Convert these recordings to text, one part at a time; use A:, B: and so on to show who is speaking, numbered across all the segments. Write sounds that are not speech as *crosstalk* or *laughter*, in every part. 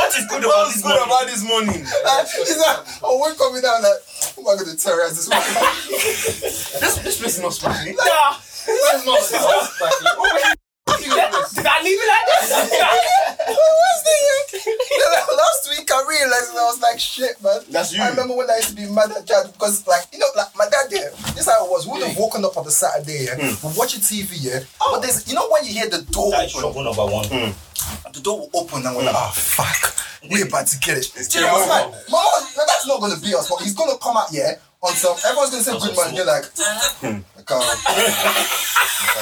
A: wake up this morning.
B: about this morning?
C: He's like, I wake up with that, oh I'm like, who am I going to terrorize
B: *laughs*
C: this morning?
B: this this place is not eh? sparkling.
A: Nah,
B: This is not sparkling.
A: Did I leave it like this?
C: Who was the *laughs* Last week I realized and I was like, shit, man.
B: That's you.
C: I remember when I used to be mad at dad because, like, you know, like my dad, yeah, this is how it was. We would have woken up on the Saturday, yeah, we're watching TV, yeah. But there's, you know, when you hear the door
A: Hmm. Oh. That is
C: open, Hmm.
A: trouble number one. Hmm.
C: the door will open and we're like, oh, fuck, we're about to get it. Jim
B: game
C: was like,
B: over.
C: Mama, no, that's not going to be us, but he's going to come out here on some, everyone's going to say good man, you're like,
A: Hmm. *laughs*
C: okay.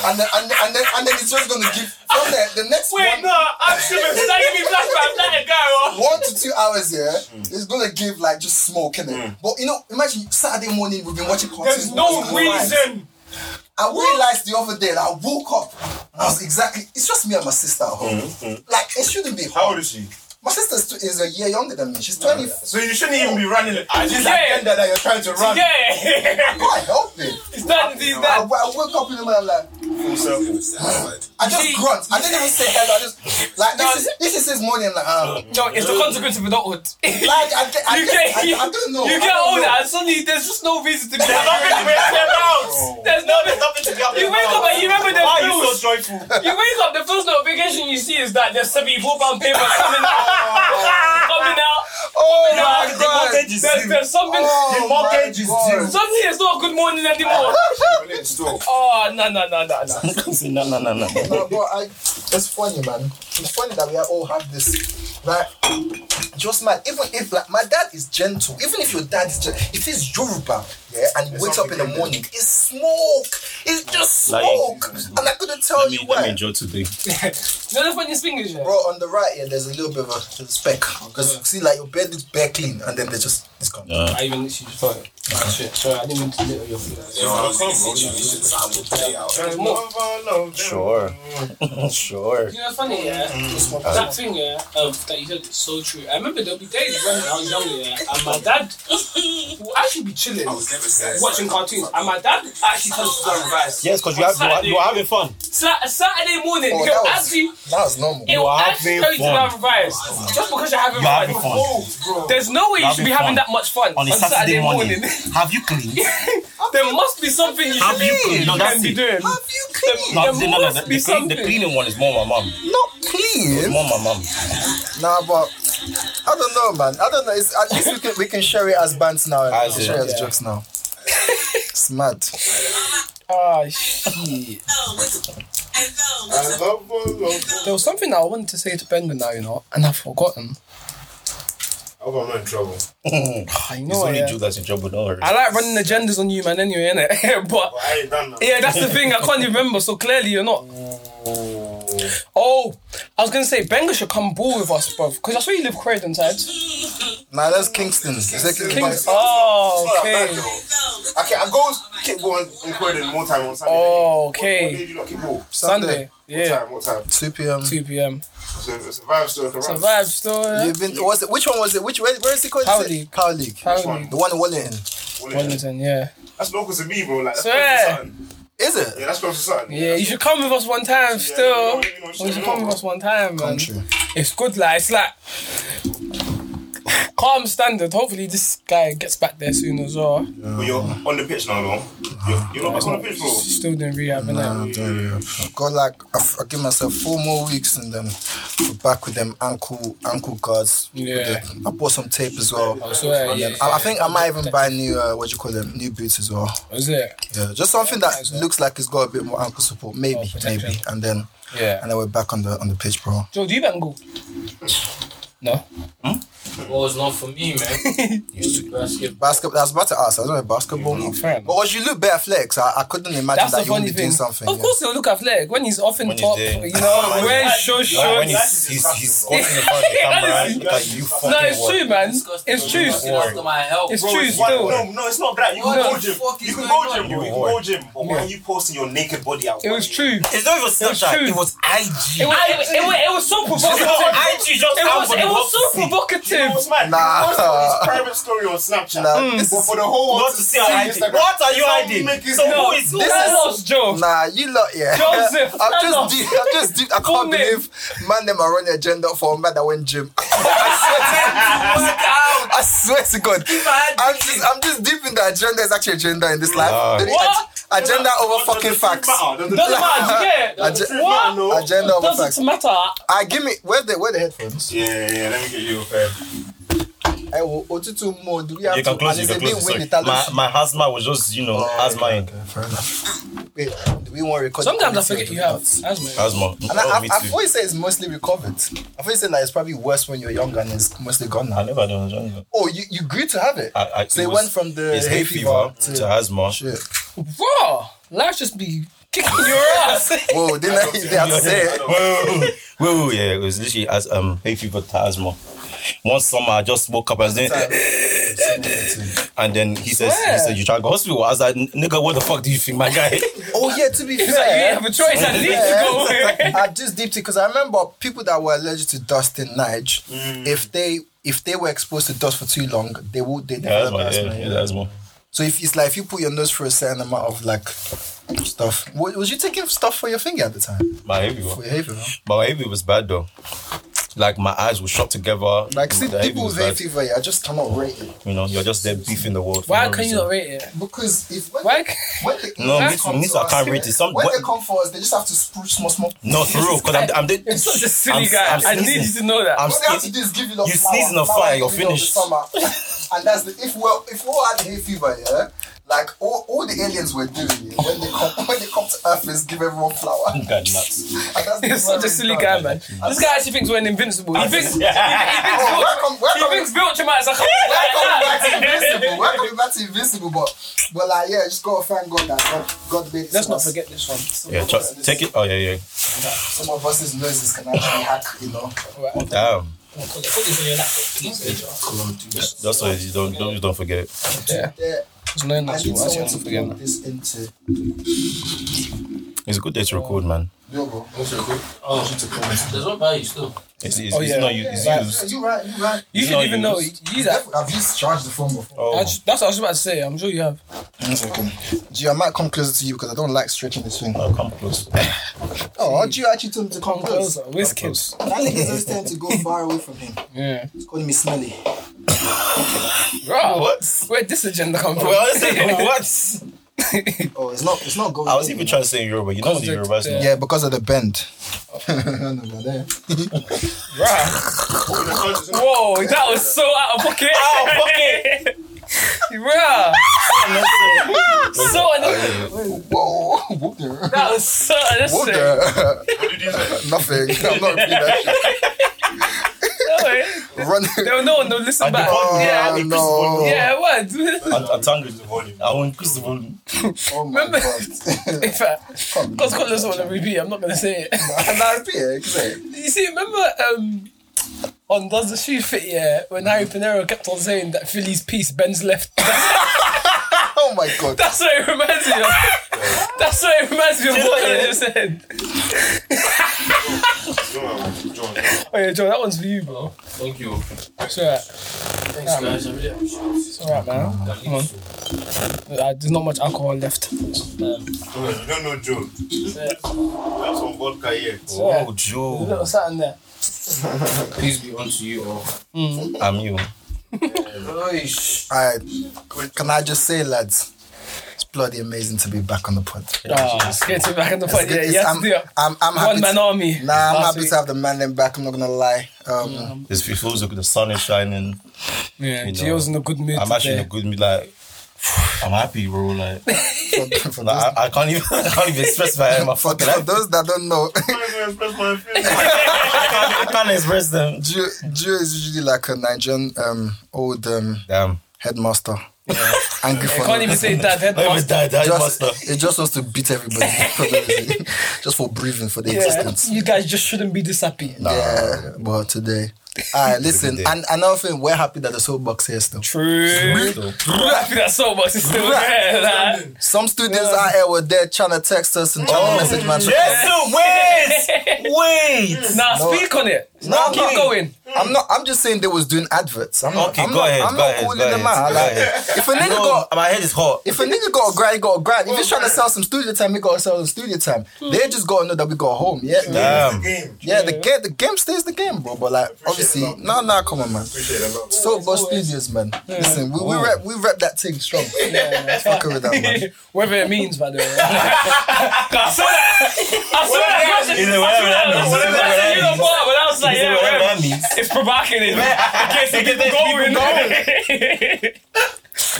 C: and, then, and, then, and, then, and then it's just going to give, from there, the next
A: Wait,
C: one,
A: no, I'm stupid. Did I give me flashback? Let it go.
C: one to two hours here, it's gonna give like just smoke in it. But you know, imagine Saturday morning we've been watching cartoons.
A: There's no
C: watching animals.
A: reason.
C: I realized the other day that I woke up. I was exactly. It's just me and my sister at home. Like it shouldn't be.
B: How old is she?
C: My sister is a year younger than me. She's twenty.
B: So you shouldn't even be running. I just
A: Yeah.
B: Ah, agenda that you're trying to run.
A: Yeah.
C: Can't help it.
A: It's that. It's
C: I, I
A: that.
C: woke up in the morning like
B: Full circle.
C: I just
A: See-
C: grunt. I didn't even say hello. I just like
A: No.
C: this is this is his morning. Like
A: *laughs*
C: um,
A: No, it's the consequence of adulthood.
C: like I, get- I,
A: *laughs* you
C: get- I,
A: get,
C: I don't know. I
A: You get
C: don't
A: older
C: know.
A: and suddenly there's just no reason to be
D: There's nothing to be happy about.
A: There's
D: No,
A: no. *laughs*
D: there's nothing to be happy
A: You
D: about.
A: wake up and you remember the
D: Why are you
A: bills.
D: so joyful?
B: *laughs* Oh
A: You wake up, the first notification you see is that there's seventy-four pound paper coming *laughs* out, coming out.
C: Oh
A: No,
C: my
D: the
C: god.
D: mortgage is
A: There's,
D: due.
A: there's something.
C: Oh
D: The mortgage
C: my
D: is
C: God.
D: due.
A: Something is not good morning *laughs* anymore. Oh no no no no no.
D: no, no, no, no.
C: no, but I, it's funny, man. It's funny that we all have this, like, just man. Even if like my dad is gentle, even if your dad is, gen- if he's Yoruba, yeah, and he wakes up in the morning, it's smoke. It's just
D: Like- mm.
C: smoke, and I couldn't tell Oh, you why.
D: enjoy today.
A: You know the funniest thing is, yeah?
C: Bro, on the right here, there's a little bit of a speck. Because see, like your bed looks bare clean, and then they just it's gone.
A: I even literally just thought, oh, shit, sorry, I didn't mean to litter your feet. There's more.
D: Sure. sure.
A: You know, it's funny, yeah.
C: Mm.
A: That thing, yeah, of, that you said is so true. I remember there'll be days when I was younger, yeah, and my dad would actually be chilling, watching cartoons, and my dad actually tells us to go and revise.
D: Yes, because you have you are, you are having fun.
A: Sa- Saturday morning,
C: Oh, that
A: he'll
C: was-
A: actually,
C: That was normal.
A: he'll
D: are
A: actually
D: having
A: tell you to go
D: fun.
A: and revise. Just because you're having
D: You are having
A: fun.
D: fun.
A: Bro, There's no way you
D: You're
A: should be having
D: having
A: that
D: fun.
A: much fun
D: On a Saturday, morning. Have you cleaned?
A: *laughs* there must be something you
D: Have
A: should
D: you
A: be,
D: cleaned? No, that's
A: can be
D: it.
C: Have
A: doing.
C: you clean?
D: No,
A: There
D: no, no, no,
A: must
D: the,
A: be
D: the, clean, the
A: something.
D: cleaning one is more my mom.
C: Not clean.
D: More my mom.
C: Nah, but I don't know, man. I don't know. It's, at least we can we can share it as bands now. and
D: As
C: we can
D: it,
C: share it as
A: yeah.
C: jokes now. it's mad.
A: Ah, shit. There was something that I wanted to say to Bender now, you know, and I've forgotten.
B: hope I'm not in trouble.
A: I
D: It's
A: know.
D: only
A: yeah.
D: you that's in trouble, don't worry.
A: I like running agendas on you, man. Anyway, innit? but
B: I ain't done that.
A: yeah, that's the thing. I can't remember. So clearly, you're not. Oh, I was gonna say Benga should come ball with us, bruv. Cause I saw you live Croydon side.
C: Nah, that's Kingston. Is that Kingston?
A: Kings. Oh,
B: Okay.
A: okay.
B: Okay, I go keep going in Croydon one time on Sunday.
A: Oh,
B: What
A: okay.
B: did you not keep ball?
A: Sunday. Yeah.
B: What time? What time?
C: 2 p.m.
A: 2 p.m.
B: So it's a vibe still. Survive.
A: Survive story.
C: You've been. What's it, which one was it? Which where, where is it called?
A: Cow
C: Is it-
A: League.
C: Cow League.
A: Cow
B: League.
C: The one in Wellington.
A: Wellington, yeah.
B: That's local to me, bro. Like that's
A: Swear.
B: close to Sutton.
C: Is it?
B: Yeah, that's close to Sutton.
A: Yeah, you should come with us one time still.
B: you know, you know,
A: You should
B: you
A: come
B: know.
A: with us one time, man.
C: Country.
A: It's good, like it's like calm standard. Hopefully, this guy gets back there soon as well.
B: But you're on the pitch now, though. You're, you're not back on the pitch, bro.
A: Still doing rehab, innit?
C: Got like I, f- I give myself four more weeks and then we're back with them ankle ankle guards. with
A: Yeah.
C: the- I bought some tape as well.
A: I swear, yeah.
C: I, I think I might even buy new uh, what you call them new boots as well.
A: Was it?
C: Yeah, just something that
A: as well.
C: looks like it's got a bit more ankle support, maybe,
A: Oh, protection.
C: maybe, and then
A: Yeah.
C: and then we're back on the on the pitch, bro.
A: Joe, do you bet and go? No.
E: Well, it's not for me, man. It's basketball.
C: Basketball. I was about to ask. I don't know basketball.
A: Fair
C: But
A: enough.
C: was you look bare flex? I, I couldn't imagine
A: That's the
C: that you would
A: funny
C: be
A: thing.
C: doing something.
A: of
C: yeah.
A: course, he'll look athletic when he's off in
D: When he's
A: top.
D: there.
A: you know, wearing short
D: Like when
A: shorts.
D: he's, he's, he's squatting in front
A: *laughs*
D: of the camera,
A: Yes.
D: look at you fucking
A: No, it's
D: what?
A: true, man.
E: Disgusting.
A: It's true.
E: Looking after my health.
A: It's
B: Bro,
A: true
B: it's one-
A: still.
B: No, no, it's not that. You can
E: What
B: go
E: the
B: gym.
E: fuck
B: You
E: is
B: can
E: going on?
B: go gym, bro. You can
D: Whore.
B: go gym. But why
A: Yeah.
B: are you posting your naked body out?
A: It was true.
D: It's not even
A: was true.
D: Snapchat, it was
A: It was, it,
D: IG.
A: was- it was- it was
D: *laughs*
A: so provocative.
D: I
A: It
D: just
A: was, it was so
B: You know
A: provocative.
B: what's mad?
C: Nah.
B: Nah. You post his private story on Snapchat.
C: Uh, Nah, this
B: But
C: is,
B: for the whole world
D: Not to see our ID. What are you
B: Don't
D: hiding?
B: make it
D: So
B: no.
D: who is who?
C: This
A: Tell
C: is-
A: us, Joe.
C: *laughs* nah, you lot, yeah.
A: Joseph,
C: *laughs* I'm
A: stand up.
C: just, deep, I'm just, deep, I
A: Full
C: can't
A: name. *laughs*
C: believe man them are running agenda for a man that went gym. *laughs* I swear to I swear to God, I'm just, I'm just deep in the agenda. Is actually agenda in this life.
D: Lord.
C: The
A: What?
C: ag- Agenda over fucking facts.
F: Doesn't
A: Doesn't matter. Yeah.
C: Agen-
A: what?
C: Agenda over facts.
A: Doesn't matter.
C: I give me where the where the headphones.
F: Yeah, yeah, yeah, let me get you a pair.
C: I will Otutu more. Do we have
D: You can
C: to?
D: close.
C: and
D: You
C: it's
D: can
C: a bit
D: close.
C: windy,
D: This, sorry.
C: Talos.
D: my my asthma was just you
C: Oh,
D: know asthma. in-
C: Fair enough. Wait, do we want to record?
A: Sometimes I
C: quality
A: forget
C: or
A: you
C: not?
A: have asthma.
D: Asthma.
C: And I,
D: Oh,
C: I,
D: me
C: I've
D: too.
C: always said it's mostly recovered. I've always said that it's probably worse when you're young and it's mostly gone
D: I
C: now.
D: never done jungle.
C: Oh, you, you grew to have it.
D: I, I,
C: so it,
D: was-
C: went from the
D: it's hay fever to, asthma.
C: shit.
A: Bro, life just be kicking *laughs* your ass.
C: Whoa, Oh, didn't I, *laughs* they have to say it?
D: *laughs* Whoa, whoa, whoa, whoa, yeah, it was literally as um hay fever to asthma. One summer, I just woke up and then, *laughs* and then he says, he
A: Swear.
D: said, you try to go hospital. I was like, nigga, what the fuck do you think, my
C: *laughs*
D: guy?
C: Oh yeah, to be
A: It's like you
C: fair.
A: didn't have a choice. I need to *laughs* go away.
C: I just deeped it because I remember people that were allergic to dust in Nige,
A: Mm.
C: if they if they were exposed to dust for too long, they would they
D: Yeah,
C: develop
D: asthma,
C: asthma.
D: yeah,
C: yeah.
D: yeah, asthma.
C: So if it's like if you put your nose through a certain amount of like stuff, Wa- was you taking stuff for your finger at the time?
D: My hay fever.
C: For your hay fever?
D: But my hay fever was bad though. Like my eyes were shut together.
C: Like see,
D: The hay fever
C: people
D: was
C: with hay
D: bad.
C: fever, yeah, I just cannot rate it
D: You know, you're just there beefing the world. for
A: Why
D: no
A: can you
D: reason.
A: not rate it?
C: because if when
A: Why?
C: when they,
D: No,
C: when
D: me
C: they
D: too,
C: come
D: me
C: to
D: too, I
C: us,
D: can't
C: yeah,
D: rate it. Some-
C: when
D: what-
C: they come for us, they just have to spruce small small.
D: No, for real, because I'm,
A: *laughs*
D: I'm, the-
A: *laughs* You're such a silly
D: I'm-
A: guy.
D: I'm
A: i need you
D: sneezing.
A: to know that.
D: I'm
C: What they have to do
D: sneezing.
C: is give you the
D: You
C: flower,
D: sneeze in the
C: flower
D: fire,
C: in
D: you're
C: the middle of the
D: finished.
C: summer. and that's the if well if we all had hay fever, yeah, like all, all the aliens were doing yeah, when they come when they come to Earth is give everyone flower. And
D: God, nuts.
C: that's the
A: You're such a
C: human
A: silly
C: race
A: guy,
C: now.
A: man. This guy actually thinks we're invincible. He thinks
C: Oh,
A: he
C: welcome,
A: thinks
C: welcome.
A: Viltrum is a *laughs*
C: Welcome back to Invincible. Welcome back to Invincible, but but like yeah, just gotta thank God that God, God made.
A: Let's
C: some
A: not
C: of us-
A: forget this one.
C: some
D: Yeah,
C: of
D: try,
C: us and
D: take it. Oh, yeah, yeah.
C: Some of us' noses can actually hack, you know.
D: Damn.
A: Put this on your laptop, please.
D: That's why you don't, don't, you don't forget it.
A: Yeah.
C: Yeah,
A: There's no
C: I
A: natural
C: need
A: answer
C: someone
A: to
C: to
A: forget
C: plug
A: that.
C: this into.
D: It's a good day to record, man.
C: Yo, bro.
G: There's one by you still.
D: It's, it's,
A: Oh,
D: it's
A: yeah.
D: not you, it's
A: Yeah.
D: used.
C: You right, you right.
A: You
D: It's
A: should
D: not
A: even know. You
D: used.
A: you that.
C: I've used charged the phone before.
D: Oh,
A: That's that's what I was about to say. I'm sure you have.
C: Okay. Gio, I might come closer to you because I don't like stretching this thing.
D: I'll
A: *laughs*
D: come close.
C: Oh, how do you actually tell me to come
A: Come closer. Where's kids?
C: That nigga's always tend to *laughs* go far away from him.
A: Yeah.
C: He's calling me smelly.
A: Bro,
D: What?
A: where'd this agenda come from?
D: Well,
A: *laughs*
D: I *laughs* said, what?
C: Oh, it's not, it's not going.
D: I was even trying to say in Yoruba. You know the
A: Contact,
D: Yoruba
A: yeah.
D: now.
C: Yeah, because of the bend. Oh. *laughs* Over there.
A: Bruh. Whoa, that was so out of pocket. *laughs* Out of pocket. *laughs* Bruh. so unnecessary.
C: Whoa, whoop there.
A: That was so
C: Whoop
A: unnecessary.
C: there. Nothing. *laughs* I'm not repeating that
A: No,
C: shit. *laughs* Run.
A: there was no one to listen
D: And the
A: back.
D: volume,
A: yeah.
C: Oh,
D: Increase the
C: no.
D: volume.
A: Yeah, what? *laughs*
D: I, I tangled the volume. I will increase the volume.
C: Oh, my
A: Remember-
C: God. *laughs*
A: In fact, because Scotland's want to repeat, I'm not going to say it. *laughs*
C: And I repeat it, 'cause, eh,
A: You see, remember um, on Does the Shoe Fit? Yeah, when Harry Panero kept on saying that Philly's piece bends left.
C: Oh, my God.
A: That's what it reminds me of. *laughs* That's what it reminds me of what I just said. Oh yeah, Joe, that one's for you, bro.
G: Thank you.
A: It's alright.
G: Thanks, guys. I really appreciate it.
A: It's alright, man.
G: That leaves you.
A: Uh, there's not much alcohol left. Um,
F: You don't know Joe. That's on vodka here.
D: Oh,
A: There's a little
D: Joe.
A: something there.
G: Peace be unto you all.
D: I'm you.
G: Oish.
C: All right. Can I just say, lads? It's bloody amazing to be back on the pod.
A: Ah, get him back on the
C: It's
A: point.
C: good-
A: Yeah,
C: it's-
A: you have
C: I'm,
A: to do it.
C: I'm, I'm happy.
A: One man
C: To,
A: army.
C: nah, I'm
A: Last
C: happy
A: week.
C: to have the man them back. I'm not gonna lie. Um,
D: It's, it feels good. The sun is shining.
A: Yeah,
D: you know,
A: Gio's in a good mood
D: I'm actually in a
A: today.
D: good mood. Like, *sighs* I'm happy, bro.
A: *laughs*
D: Like,
C: for, for those,
D: like I, I can't even, *laughs* I can't even express my, my
C: for, *laughs*
A: *laughs*
D: fucking.
C: for
D: I,
C: those that don't know, *laughs*
D: I, can't, I can't express them.
C: Joe Joe is usually like a Nigerian um, old um,
D: Damn.
C: headmaster. *laughs* Angry
A: I
C: for
A: can't
C: no-
A: even say that.
D: *laughs* I even
A: Headmaster.
D: died. I
C: just,
A: *laughs*
D: must have.
C: it just wants to beat everybody *laughs* for no reason. just for breathing for the
A: Yeah,
C: existence.
A: you guys just shouldn't be this happy.
C: Yeah, but today, all right, listen.
D: day.
C: And another thing, we're happy that the soul box here still.
A: True. I'm happy that so much is still there. Like.
C: Some students out here were there trying to text us and trying to message man.
D: Yes, wait, wait.
A: Now
C: No.
A: speak on it.
C: No,
A: No,
C: I'm
A: keep
C: kidding.
A: going.
C: I'm not. I'm just saying they was doing adverts. I'm not.
D: Okay,
C: I'm
D: go
C: not,
D: ahead,
C: I'm
D: go
C: not
D: ahead,
C: calling
D: go
C: them
D: ahead,
C: out.
D: go
C: Like,
D: ahead.
C: if a nigga
D: No,
C: got,
D: my head is hot.
C: if a nigga got a grand, he got a grand. If he's trying to sell some studio time, he got to sell some studio time. They just got to know that we got home. Yeah,
D: Damn.
C: yeah. The game, the game stays the game, bro. But like, see. Nah, nah, come on, man.
F: Appreciate it a lot.
C: So boss studios, man. Listen, we, we rep we rep that thing strong.
A: Yeah.
C: Fucking with that, man.
A: *laughs* Whatever it means, by the way. *laughs* I saw that. I saw that. question. I
D: Is it
A: saw
D: whatever that
A: that. I
D: means?
A: saw that question,
D: Is it whatever that
A: you know
D: means?
A: what? But I was like,
D: Is it
A: yeah,
D: whatever
A: whatever.
D: that means?
A: It's provocative. In case the
D: It gets
A: people
D: people
A: going.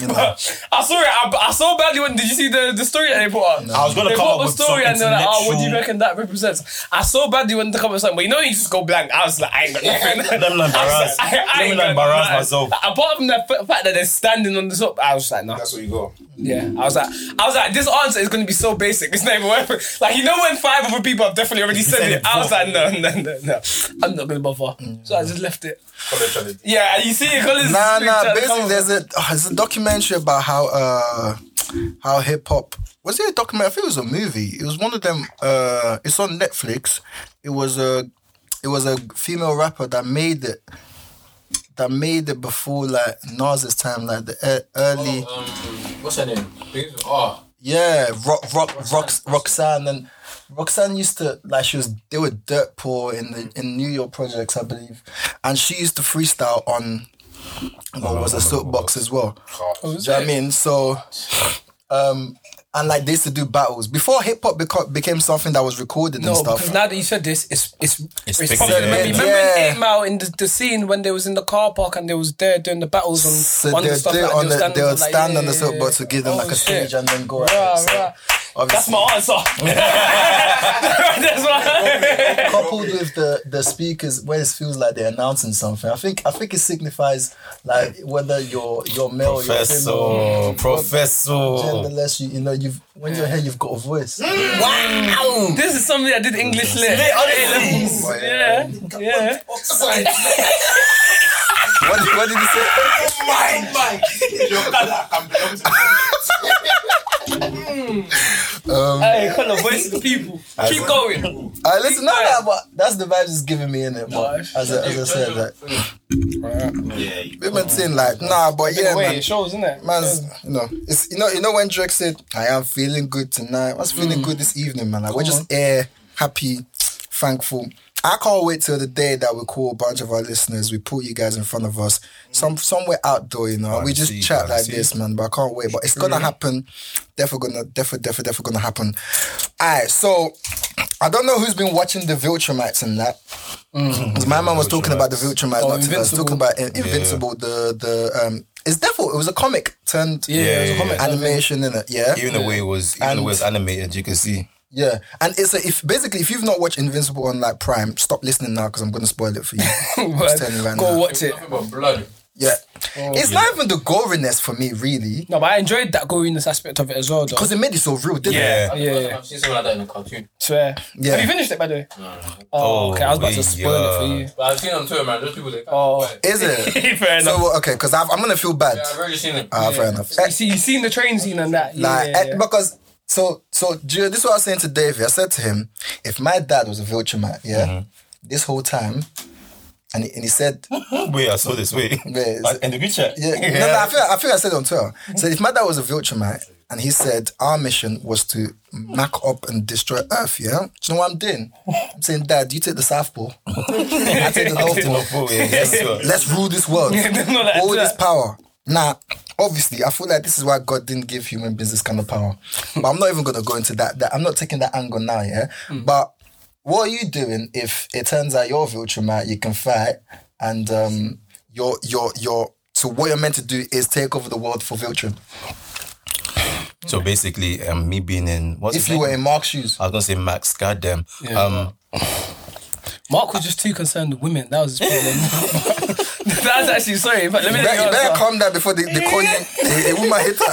C: You know.
A: *laughs* I saw it. I, I saw badly when. Did you see the, the story that they put up?
D: I was gonna
A: they
D: come
A: put
D: up
A: a
D: with
A: story
D: some
A: and they're like, oh, what do you
D: intellectual-
A: reckon that represents? I saw badly when they come up with something, but you know, you just go blank. I was like, I ain't got nothing.
D: *laughs* Let me not embarrass.
A: I, I
D: Let me
A: ain't
D: not
A: gonna
D: embarrass
A: lie.
D: myself.
A: Like, apart from the f- fact that they're standing on the top, I was like,
F: *laughs*
A: nah.
F: That's what you got.
A: Yeah, I was like, I was like, this answer is gonna be so basic. It's not even worth it. Like, you know, when five other people have definitely already said,
D: said
A: it,
D: it
A: I was
D: before.
A: like, no, no, no, no, I'm not gonna bother. So I just left it.
F: College challenge.
A: Yeah, and you see, it Collins.
C: Nah, nah. Basically, there's a oh, there's a documentary about how uh how hip hop was it a documentary? I think it was a movie. It was one of them. Uh, it's on Netflix. It was a it was a female rapper that made it. That made it before like Nas's time, like the e- early
G: Um, what's her name? Oh,
C: yeah, rock, rock, Rox, Roxanne and Roxanne used to like she was they were dirt poor in the in New York projects, I believe, and she used to freestyle on what was a soapbox as well.
A: Oh,
C: Do you know what I mean? So, um, and like they used to do battles before hip hop beco- became something that was recorded
A: No,
C: and stuff.
A: because now that you said this, it's it's it's,
D: It's
A: popular.
D: bigger,
A: Remember, remember
D: yeah.
A: in
C: Yeah.
A: Eight Mile in the, the scene when they was in the car park and they was there doing the battles on
C: so
A: on
C: they
A: the stuff
C: they
A: like
C: on
A: were
C: the,
A: standing
C: they would
A: like,
C: stand
A: yeah,
C: on the
A: yeah,
C: soapbox to
A: yeah.
C: give them like
A: Oh,
C: a
A: shit.
C: stage and then go. at
A: Rah,
C: it. So,
A: rah. That's
C: obviously-
A: my answer. *laughs*
C: *laughs*
A: That's my.
C: coupled with the the speakers where it feels like they're announcing something i think i think it signifies like whether you're you're male or you're female
D: Professor, professor.
C: genderless you, you know you've when you're here you've got a voice
D: Wow.
A: This is something I did English lit. Yeah, yeah.
C: what, what did you say
F: Mike, Mike, your color can belong to me.
A: Hey, colour voice of the people. Keep going.
C: all right listen no no but that's the vibe it's giving me in it
A: Nah,
C: as, I- as i said like
D: Yeah.
C: women saying like nah but yeah
A: Wait,
C: man
A: it shows, isn't it?
C: Man's, you know, it's you know, you know when Drake said, "I am feeling good tonight." I was feeling good this evening, man. Like we're just air happy, thankful. I can't wait till the day that we call a bunch of our listeners. We put you guys in front of us, some somewhere outdoor, you know. and we just
D: see,
C: chat
D: I
C: like
D: see.
C: this, man. But I can't wait. But it's gonna happen. Definitely gonna, definitely, definitely, definitely gonna happen. Alright, so I don't know who's been watching the Viltrumites and that. 'Cause My man was talking about Mm. the Viltrumites. Oh, not today. I was talking about In- Invincible. The the um, it's definitely it was a comic turned
A: Yeah, it was a comic.
C: animation in it. Yeah,
D: Even the way it was, even the way it's animated, you can see.
C: yeah. And it's a, if basically if you've not watched Invincible on like Prime, stop listening now because I'm gonna spoil it for
A: *laughs*
C: you. I'm just telling you right
A: Go
C: now.
A: watch Oh, it.
G: nothing but blood.
C: Yeah, it's not even the goriness for me really
A: No, but I enjoyed that goriness aspect of it as well, though.
C: because it made it so real, didn't it?
D: Yeah.
G: I've,
A: Yeah,
G: I've-
A: yeah.
G: I've seen something like that in a cartoon.
A: Swear.
C: Yeah.
A: Have you finished it, by the way?
G: No, no, no.
A: Oh, okay. I was about
D: yeah.
A: to spoil it for you.
G: But I've seen on Twitter, man. Those people, they can't
A: Oh.
G: fight.
C: Is it?
A: *laughs* Fair
C: so
A: enough.
C: well, okay, because I'm gonna feel bad.
G: Yeah, I've already seen it.
C: Ah, fair enough.
A: you see, you seen the train scene and that. Yeah,
C: Like
A: yeah,
C: eh,
A: *laughs* yeah.
C: because so so Gio, this is what I was saying to Davey. I said to him, if my dad was a Viltrumat, yeah, this whole time, and he, and he
A: *laughs*
C: said,
D: Wait, I saw
C: *laughs*
D: this. Wait.
C: Wait,
D: Uh, In the picture.
C: yeah, No, no, I think I think I said it on Twitter. So if my dad was a Viltrumite and he said our mission was to mack up and destroy Earth, yeah, do you know what I'm doing? I'm saying, Dad, you take the South Pole, I take the North Pole.
A: *laughs*
D: Oh, yeah,
C: *laughs*
D: yes, sir.
C: Let's rule this world.
A: No, that's
C: All this
A: that.
C: power. Now, obviously, I feel like this is why God didn't give human beings this kind of
A: *laughs*
C: power. But I'm not even gonna go into that. That I'm not taking that angle now, yeah.
A: Hmm.
C: But what are you doing if it turns out you're Viltrumite, you can fight, and um, your your your so what you're meant to do is take over the world for Viltrum.
D: So basically, um, me being in what's
C: If
D: his
C: you
D: name?
C: were in Mark's shoes,
D: I was gonna say Max. Goddamn. Um,
A: Mark was just too concerned with women. That was his problem.
C: *laughs*
A: *laughs* That's actually sorry, but let me
C: you better,
A: let you
C: you better
A: answer.
C: calm down before they,
A: *laughs*
C: they call you a, a woman hater.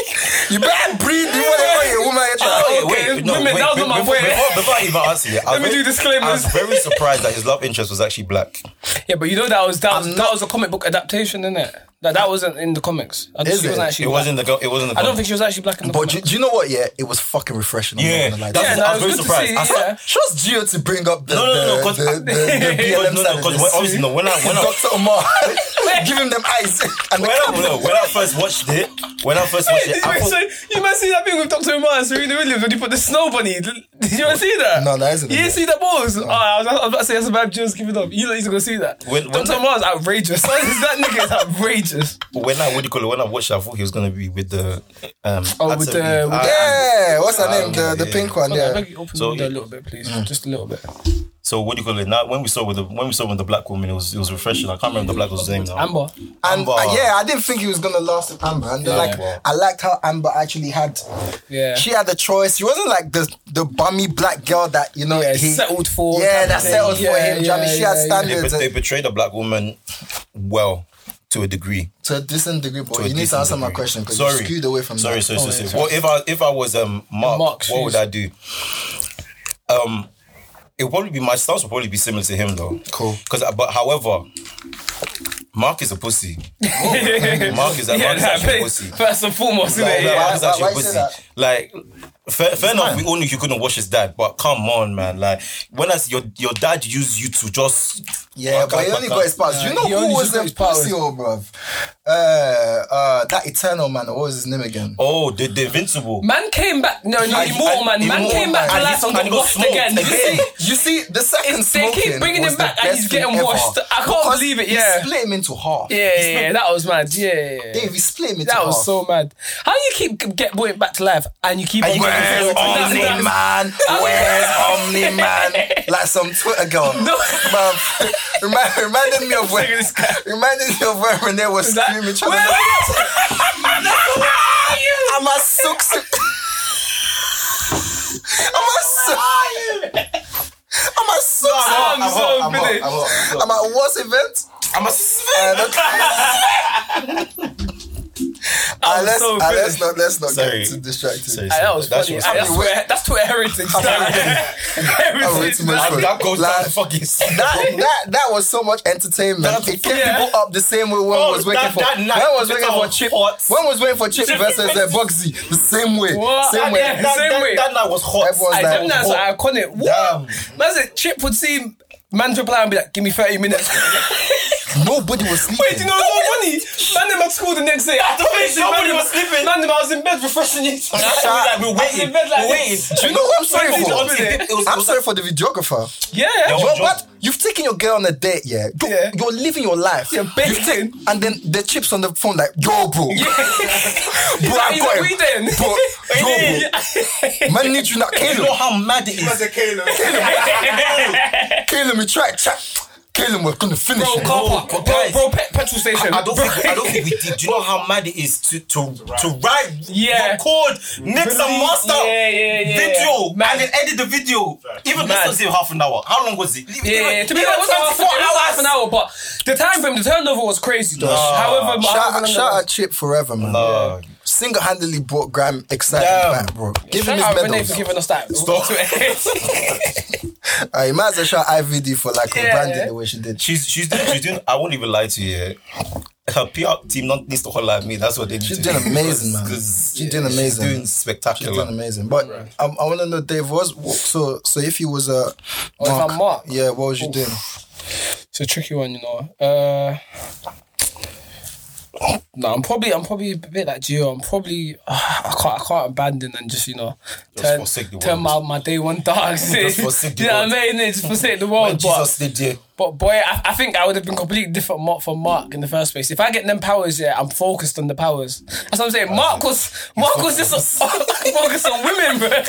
C: *laughs* you better breathe before they call you a woman hater.
A: Oh, okay. Women, that was
D: be-
A: not my
D: before,
A: point.
D: Before, before I even answer you,
A: Let me do disclaimers.
D: I was very surprised that his love interest was actually black.
A: Yeah, but you know that was that was, that
C: not-
A: was a comic book adaptation, isn't it? That that wasn't in the comics. I
C: Is
A: think she
C: it?
A: wasn't
D: It
A: actually. black.
D: wasn't the. go- It wasn't the.
A: I don't think she was actually black in the
C: But do,
A: comics.
C: do you know what? Yeah, it was fucking refreshing. I'm not
D: Yeah,
C: gonna lie to
D: that's-
C: you.
A: yeah, no,
D: I was
A: it was good
D: very surprised.
A: to
C: *laughs*
D: I
A: see.
D: saw-
A: yeah.
C: Trust Gio to bring up the
D: No, no, no, no,
C: the,
D: *laughs* 'cause
C: the,
D: I-
C: the, the BLM
D: because
C: side of this.
A: *laughs*
D: obviously no. When I when I
C: Dr. Omar. *laughs* giving them eyes. And
D: When I, no, when I first watched it, when I first watched it, I
A: so
D: thought,
A: you must see that thing with Dr. Umar Serena Williams when he put the snow bunny. Did did you ever see that?
C: No, that isn't
A: You
C: in
A: didn't see the balls? Oh, I was, I was about to say that's about Jules giving up. You need to go see that.
D: When- when
A: Dr.
D: the-
A: Umar's outrageous. *laughs* that nigga is outrageous.
D: when I what do you call it? When I watched, it, I thought he was gonna be with the um.
A: Oh, with the-
D: Atelier.
A: with the-
D: Ah,
C: yeah, what's her name?
D: yeah,
C: The, the
D: yeah.
C: pink one,
A: I
C: yeah.
A: beg you open
D: So- Mm.
A: the window a little bit, please. Just a little bit.
D: So what do you call it? Now when we saw with the when we saw with the black woman, it was it was refreshing. I can't remember the black woman's name now.
A: Amber.
C: And
D: Amber.
C: uh, yeah, I didn't think he was gonna last with Amber. And then, like,
D: Amber.
C: I liked how Amber actually had.
A: Yeah.
C: She had the choice. She wasn't like the the bummy black girl that you know.
A: yeah,
C: he,
A: settled for.
C: yeah, that settled for
A: Yeah,
C: him. do you know what I mean?
A: yeah,
C: she had
A: yeah, *laughs*
D: They,
C: standards
D: bet- they betrayed a black woman well to a degree.
C: to a decent degree, but
D: To a
C: you need to
D: decent
C: answer my
D: degree.
C: question because you
D: Sorry,
C: skewed away from
D: sorry,
C: that.
D: sorry,
A: Oh,
D: sorry,
A: yeah,
D: sorry. What if I if I was um Mark?
A: Mark's
D: what would
A: shoes.
D: I do? Um, it would probably be my stance would probably be similar to him though.
C: Cool.
D: Because but however, Mark is a pussy. Mark is a
A: Yeah,
D: Mark is actually
A: that
D: a pussy.
A: first and foremost, isn't
D: Like,
A: it?
C: yeah.
D: Mark is
C: Why-
D: actually
C: why
D: a
C: you say
D: pussy.
C: that?
D: Like. Fair, fair enough. We all knew you couldn't wash his dad, but come on, man! Like when I see your your dad used you to just
C: Yeah,
D: Baka,
C: but he only
D: baka.
C: got his powers.
A: Yeah,
C: you know
A: he only
C: who was
A: just got
C: the
A: his powers.
C: pussy, oh, bruv? Uh, uh, that eternal man. What was his name again?
D: oh the, the invincible.
A: Man came back. No, no,
D: And-
A: immortal
D: and-
A: man. Man
D: Immortal
A: came back to
D: Man.
A: life and
D: And
A: got
D: he got
A: washed
D: smoked
A: again. You
D: again.
A: see?
C: Oh, You see, the second
A: It's- they keep
C: smoking
A: bringing
C: was
A: him
C: the
A: back and
C: best
A: he's getting
C: thing ever.
A: washed. I can't
C: Because
A: believe it,
C: he
A: yeah.
C: split him into half.
A: Yeah, yeah, yeah, that was mad. Yeah, yeah, yeah.
C: Dave, he split him into
A: that
C: half.
A: was so mad. How you keep g- get brought back to life and you keep
D: And
A: on-
D: you
A: That's-
D: keep referring
A: that's-
D: to Omni
A: that's- *laughs*
C: Man, where's Omni Man? Like some Twitter girl. No. *laughs* Remind, reminded
A: *laughs*
C: me of when
A: Look at this guy.
C: reminded me of when Renee was
A: that-
C: screaming.
A: Where-
C: *laughs* trying to- I'm a six. I'm a six. I'm a six.
A: I'm so finished.
C: I'm at what's event? Uh,
D: I'm a
C: And okay. Ah, let's,
A: so
C: ah, let's not let's not
D: Sorry.
C: get too distracted. Uh,
D: Sorry,
A: Ah,
D: sorry.
A: That was
D: That's
A: funny.
D: what's
A: Ah, That's
C: funny.
A: Twitter- that's Twitter
C: *laughs*
A: heritage.
C: I've read
A: Heritage.
C: too much for it.
D: That goes down
C: Like,
D: the fucking
C: that, that that was so much entertainment.
D: That's-
C: it kept
A: yeah.
C: people up the same way when
D: *laughs* Oh,
C: was waiting
D: that-
C: for
D: that
C: when
D: night,
C: was
D: it
C: waiting
D: was
C: for Chip
D: hot.
C: when was waiting for Chip
A: Chip
C: versus uh,
A: versus-
C: Bugsy the same way,
A: What?
C: same way.
A: Yeah.
D: that,
A: Same
D: that,
A: way.
D: That night was hot.
C: Everyone's
A: I
C: like,
A: them that's
C: oh,
A: iconic. What? That's it. Chip would see man reply and be like, "Give me
C: *laughs*
A: thirty minutes."
C: nobody was sleeping.
A: Wait, you know what's so funny? Man, them at school the next day. I
D: thought somebody was sleeping.
A: Man, them, I was in bed refreshing it.
D: It was like,
A: I
D: we're
A: was
D: waiting.
A: in bed like
D: We're waiting.
A: this.
C: Do you know what I'm sorry
D: It
C: for?
D: was- it- it was- it
C: I'm
D: was
C: sorry for the videographer.
A: Yeah,
D: Yo,
C: You
A: yeah.
C: know
D: Joe-
C: what? You've taken your girl on a date, yeah. You're,
A: Oh, Yeah.
C: you're living your life.
A: You're
C: You've
A: baked
C: ta-
A: in.
C: and then the chips on the phone, like, yo, *laughs* bro. Bro, I
A: He's
C: got
A: like,
C: him.
A: we then. *laughs*
C: Bro, yo, bro. Man, need you not
D: You
C: Caleb.
D: know how mad it is.
F: That's a Caleb.
C: Caleb, we tried. Tra- Caleb, we're gonna finish.
A: Bro,
C: it.
A: car park.
D: Bro,
A: Bro,
D: guys.
A: bro, pe- petrol station.
D: I don't
A: Bro.
D: think I don't think we did. Do you know how mad it is to to to write,
A: Yeah.
D: record, mix and master,
A: Yeah, yeah, yeah.
D: video, and then edit the video. Even
A: Mad.
D: this was half an hour. How long was it? Even-
A: *laughs* Yeah, yeah,
D: even-
A: to be fair, it was
D: even
A: half, it
D: 24
A: was half an
D: hours.
A: hour, but the time frame, the turnover was crazy, though. However, however long
C: Shout,
A: it
C: shout
A: was.
C: out Chip forever, man.
D: No.
C: Single handedly brought Graham excitement
D: Yeah.
C: back, bro. Give him his
A: Shout out Renee for
C: medals.
A: giving us that. *laughs*
D: Stop.
C: Uh, you might as well shout IVD for like
A: Yeah.
C: rebranding the way she did.
D: She's she's doing, she's doing. I won't even lie to you. yeah. Her PR team not needs to holler at me. That's what they need
C: She's
D: to
C: doing
D: do.
C: amazing, man.
D: 'Cause
C: She's doing
D: She's
C: amazing.
D: doing
C: She's
D: spectacular.
C: doing amazing. But um, I want to know, Dave, was so so if he was a
A: if I'm Mark?
C: yeah, what was you doing?
A: It's a tricky one, you know. Uh, no, I'm probably, I'm probably a bit like Gio. I'm probably, *sighs* I can't, I can't abandon and just, you know, turn,
D: forsake the
A: turn my,
D: world.
A: my day one dark.
D: *laughs* Just forsake the
A: you know what
D: world.
A: I mean? It's forsake
D: *laughs*
A: the world.
D: When
A: but,
D: Jesus did there.
A: but boy, I, I think I would have been completely different Mark from Mark in the first place. If I get them powers, yeah, I'm focused on the powers. That's what I'm saying. Mark was, Mark was just *laughs* focused on women,
D: *laughs*
A: bro.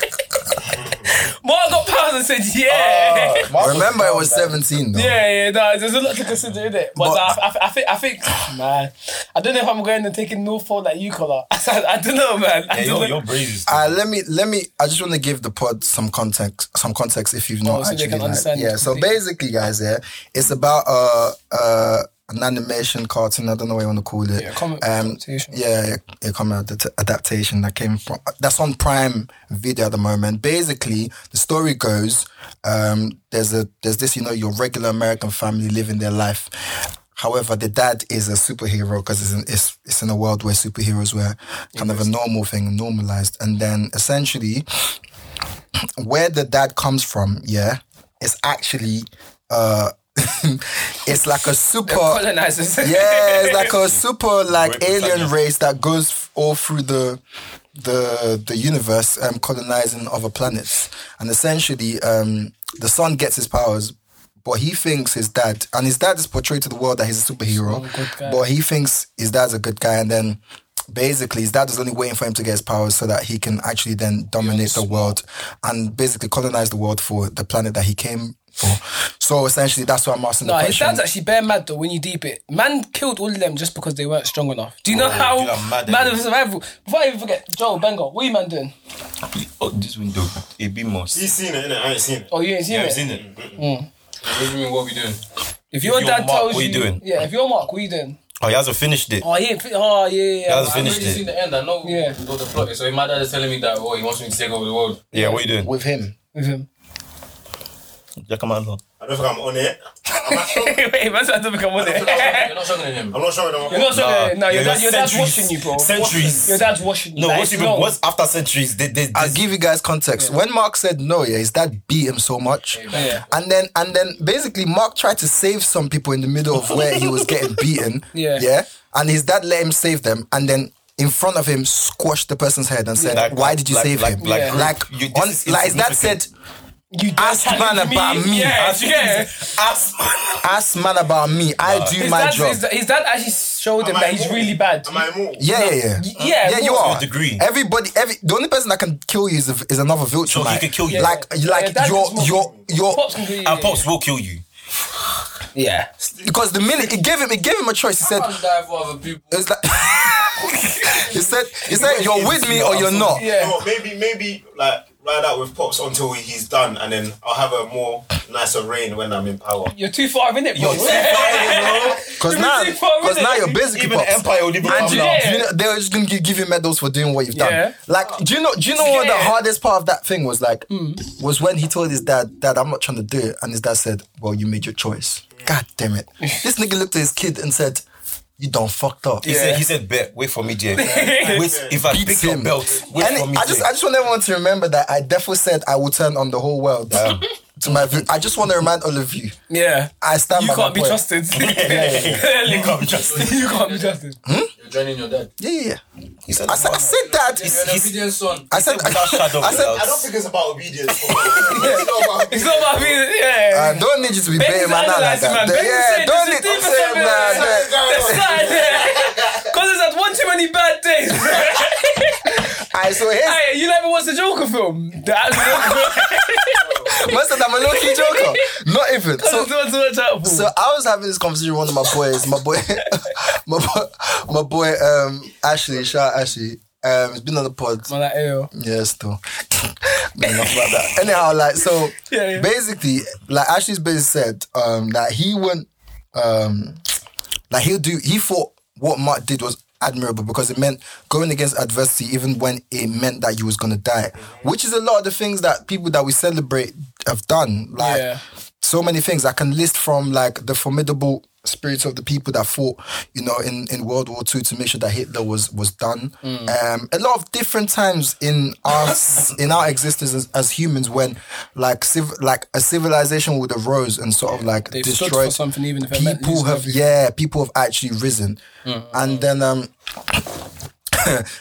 A: Mark got powers and said, yeah.
D: Ah.
C: Remember, I was seventeen. Though.
A: Yeah, yeah, no, there's a lot to consider in it. But,
C: But-
A: I, I, I think, I think, man, I don't know if I'm going to take a Northall like you, Connor. *laughs* I, don't know, man. I
D: Yeah,
A: don't
D: your,
A: know.
D: your brain is.
C: Uh, let me let me I just want to give the pod some context some context if you've not
A: Oh, so they
C: actually
A: can
C: like-
A: understand
C: yeah so
A: completely.
C: basically guys yeah it's about uh uh an animation cartoon I don't know what you want to call it Um,
A: Yeah, comic book adaptation.
C: yeah yeah, yeah comic ad- adaptation that came from that's on Prime Video at the moment basically the story goes um there's a there's this you know your regular American family living their life However, the dad is a superhero because it's, in- it's it's in a world where superheroes were kind of a normal thing, normalized. And then essentially, where the dad comes from, yeah, is actually uh, *laughs* it's like a super
D: *laughs*
A: colonizers.
C: yeah, it's like a super like
D: Great
C: alien
D: Britannia.
C: race that goes f- all through the the the universe, um, colonizing other planets. And essentially, um, the sun gets his powers, but he thinks his dad, and his dad is portrayed to the world that he's a superhero,
A: guy.
C: but he thinks his dad's a good guy, and then. Basically, his dad was only waiting for him to get his powers so that he can actually then dominate the world and basically colonize the world for the planet that he came for. So essentially, that's why I'm asking
A: No,
C: the
A: his
C: question.
A: dad's actually bare mad though when you deep it. Man killed all of them just because they weren't strong enough. Do you know how
D: Oh, you are mad
A: mad,
D: at me.
A: of a survival? Before I even forget, Joel, Bengal, what are you man doing?
D: Oh, this window, it be must.
F: He's seen it, innit? I ain't seen it.
A: Oh, you ain't seen
D: You
A: it?
D: haven't seen it?
G: What do you mean, what we doing?
A: If your
D: you're
A: dad
D: Mark,
A: tells
D: what you doing?
A: Yeah, if you're Mark, what are you doing?
D: Oh, he hasn't finished it.
A: Oh, he ain't. Fi- oh, yeah, yeah.
D: He
A: yeah.
D: hasn't
G: I've
D: finished
G: already seen
D: it.
G: the end. I know
A: Yeah.
G: what the plot is. So if my dad is telling me that, oh, he wants me to take over the world.
A: *laughs*
D: Yeah, what are you doing?
C: with him.
A: With him. *laughs*
D: Jack Amanda.
F: I don't think I'm on it.
A: Wait, man's had to become one
D: *laughs*
G: You're
A: it.
G: not stronger- you're not stronger than him.
F: I'm not sure what I'm
A: You're not
D: Nah,
A: saying no, your,
D: yeah,
A: dad, your dad's
D: centuries.
A: watching you, bro.
D: Centuries.
A: Your dad's watching you.
D: No,
A: Like,
D: what's
A: it's
D: even
A: long.
D: what's after centuries? They, they,
C: I'll
D: this,
C: give you guys context. When Mark said no, yeah, his dad beat him so much.
A: Yeah.
C: And then and then basically Mark tried to save some people in the middle of where he was getting
A: *laughs*
C: beaten.
A: Yeah.
C: Yeah. And his dad let him save them and then in front of him squashed the person's head and said,
D: Like-
C: Why did you
D: like-
C: save
D: like-
C: him?
D: like-
C: Like, like,
D: you- this
C: on-
D: is
C: like his dad said,
A: You
C: Ask
A: dad
C: man
A: had
C: about me.
A: Yeah,
C: Ask-
A: yeah.
D: ask
C: Ask man about me. I
D: Uh,
C: do
A: His
C: my
A: dad,
C: job.
A: his, his dad actually showed
F: Am
A: him
F: I
A: that he's
F: more?
A: really bad.
F: Am I more?
C: yeah, yeah, yeah.
A: yeah,
C: yeah, you
A: more.
C: are.
D: Degree.
C: Everybody, every the only person that can kill you is, a, is another vulture.
D: So he
C: like,
D: could kill you.
C: Like,
A: Yeah.
C: like
A: Yeah,
C: your,
A: that's
C: your, your,
A: Pops E. can do
D: and pops will kill you.
A: Yeah.
C: because the minute it gave him, it gave him a choice. He said,
G: I'm die for other people.
C: It's like *laughs* he said, he said, you're with me or you're not.
A: Yeah.
F: No, maybe, maybe like ride out with pops until he's done, and then I'll have a more nicer reign when I'm in power.
A: You're too far in it, bro.
C: Because now,
A: You've been saying for a
C: because now
A: minute.
C: you're basically
D: Even
C: pops.
D: Empire would even
C: And
D: come
C: you,
D: now.
A: Yeah.
C: you know, they were just gonna gi- give you medals for doing what you've done.
A: Yeah.
C: Like, do you know? Do you know what the
A: Yeah.
C: hardest part of that thing was? Like,
D: Hmm.
C: was when he told his dad, "Dad, I'm not trying to do it," and his dad said, "Well, you made your choice." God damn
D: *laughs*
C: it! this nigga looked at his kid and said, "You done fucked up."
D: He said, he said, bet, wait for
C: *laughs*
D: me, Jay. wait, if I
C: Beat
D: pick your
C: him.
D: belt, wait for
C: And
D: me,
C: I just,
D: Jay.
C: I just want everyone to remember that I definitely said I will turn on the whole world. *laughs* To my, view. I just want to remind all of you.
A: *laughs* Yeah.
C: I stand
A: You
C: by my
A: can't be
C: point.
A: *laughs* trusted.
C: *laughs*
A: Clearly.
D: You can't be
A: *laughs*
D: trusted.
A: You can't be trusted.
G: You're joining your dad.
C: Yeah, yeah, yeah.
D: He said,
C: I said, I said that.
G: You're an obedient son.
C: I said,
D: without shadow of
C: I said,
D: doubt.
F: I don't think it's about obedience. for me. It's not about
A: It's not about me.
C: *laughs*
A: Yeah.
C: I don't need you to be
A: Ben's
C: baiting my nan like
A: analysing,
C: that.
A: man. Ben
C: Yeah,
A: said
C: don't
A: this
C: need
A: is
C: to
A: deeper
C: say
A: than
C: that.
A: that.
C: that-
A: That's sad, yeah. *laughs* Cause he's had one too many bad days.
C: I so here's
A: *laughs* hey, you never watched the Joker film? That's *laughs*
C: most of them a low-key joker. Not even.
A: *laughs*
C: So so
A: so,
C: I was having this conversation with one of my boys, my boy, *laughs* my boy, my boy, um, Ashley, shout out Ashley. Um, he's been on the pod.
A: I'm like, hey, yo.
C: Yes, *laughs* though. Enough about that. Anyhow, like so,
A: Yeah, yeah.
C: basically, like Ashley's basically said um, that he went, um, like he'll do. He thought what Mark did was admirable because it meant going against adversity, even when it meant that you was gonna die, which is a lot of the things that people that we celebrate have done. Like
A: Yeah.
C: so many things I can list from like the formidable spirits of the people that fought, you know, in, in World War II to make sure that Hitler was was done.
A: Mm.
C: Um, a lot of different times in our *laughs* in our existence as, as humans when like civ- like a civilization would have rose and sort of like
A: They've stood
C: destroyed
A: for something, even if it meant
C: people
A: losing
C: have
A: everything.
C: yeah people have actually risen, and then um, *coughs*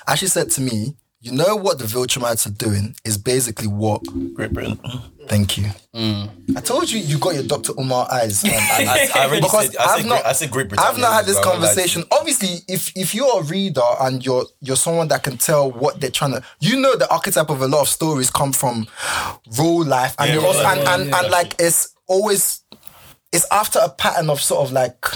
C: Ashley said to me. You know what the Viltrumites are doing is basically what *laughs*
D: Great Britain.
C: Thank you. I told you you got your Dr. Umar eyes. um, and-
D: I, I already
C: Because
D: said, I
C: I've
D: said,
C: not-
D: great, I said Great Britain.
C: I've not had this conversation. Obviously, if if you're a reader and you're you're someone that can tell what they're trying to, you know, the archetype of a lot of stories come from real life, and
D: Yeah,
C: you're also,
D: yeah,
C: and,
D: yeah,
C: and, and like it's always it's after a pattern of sort of like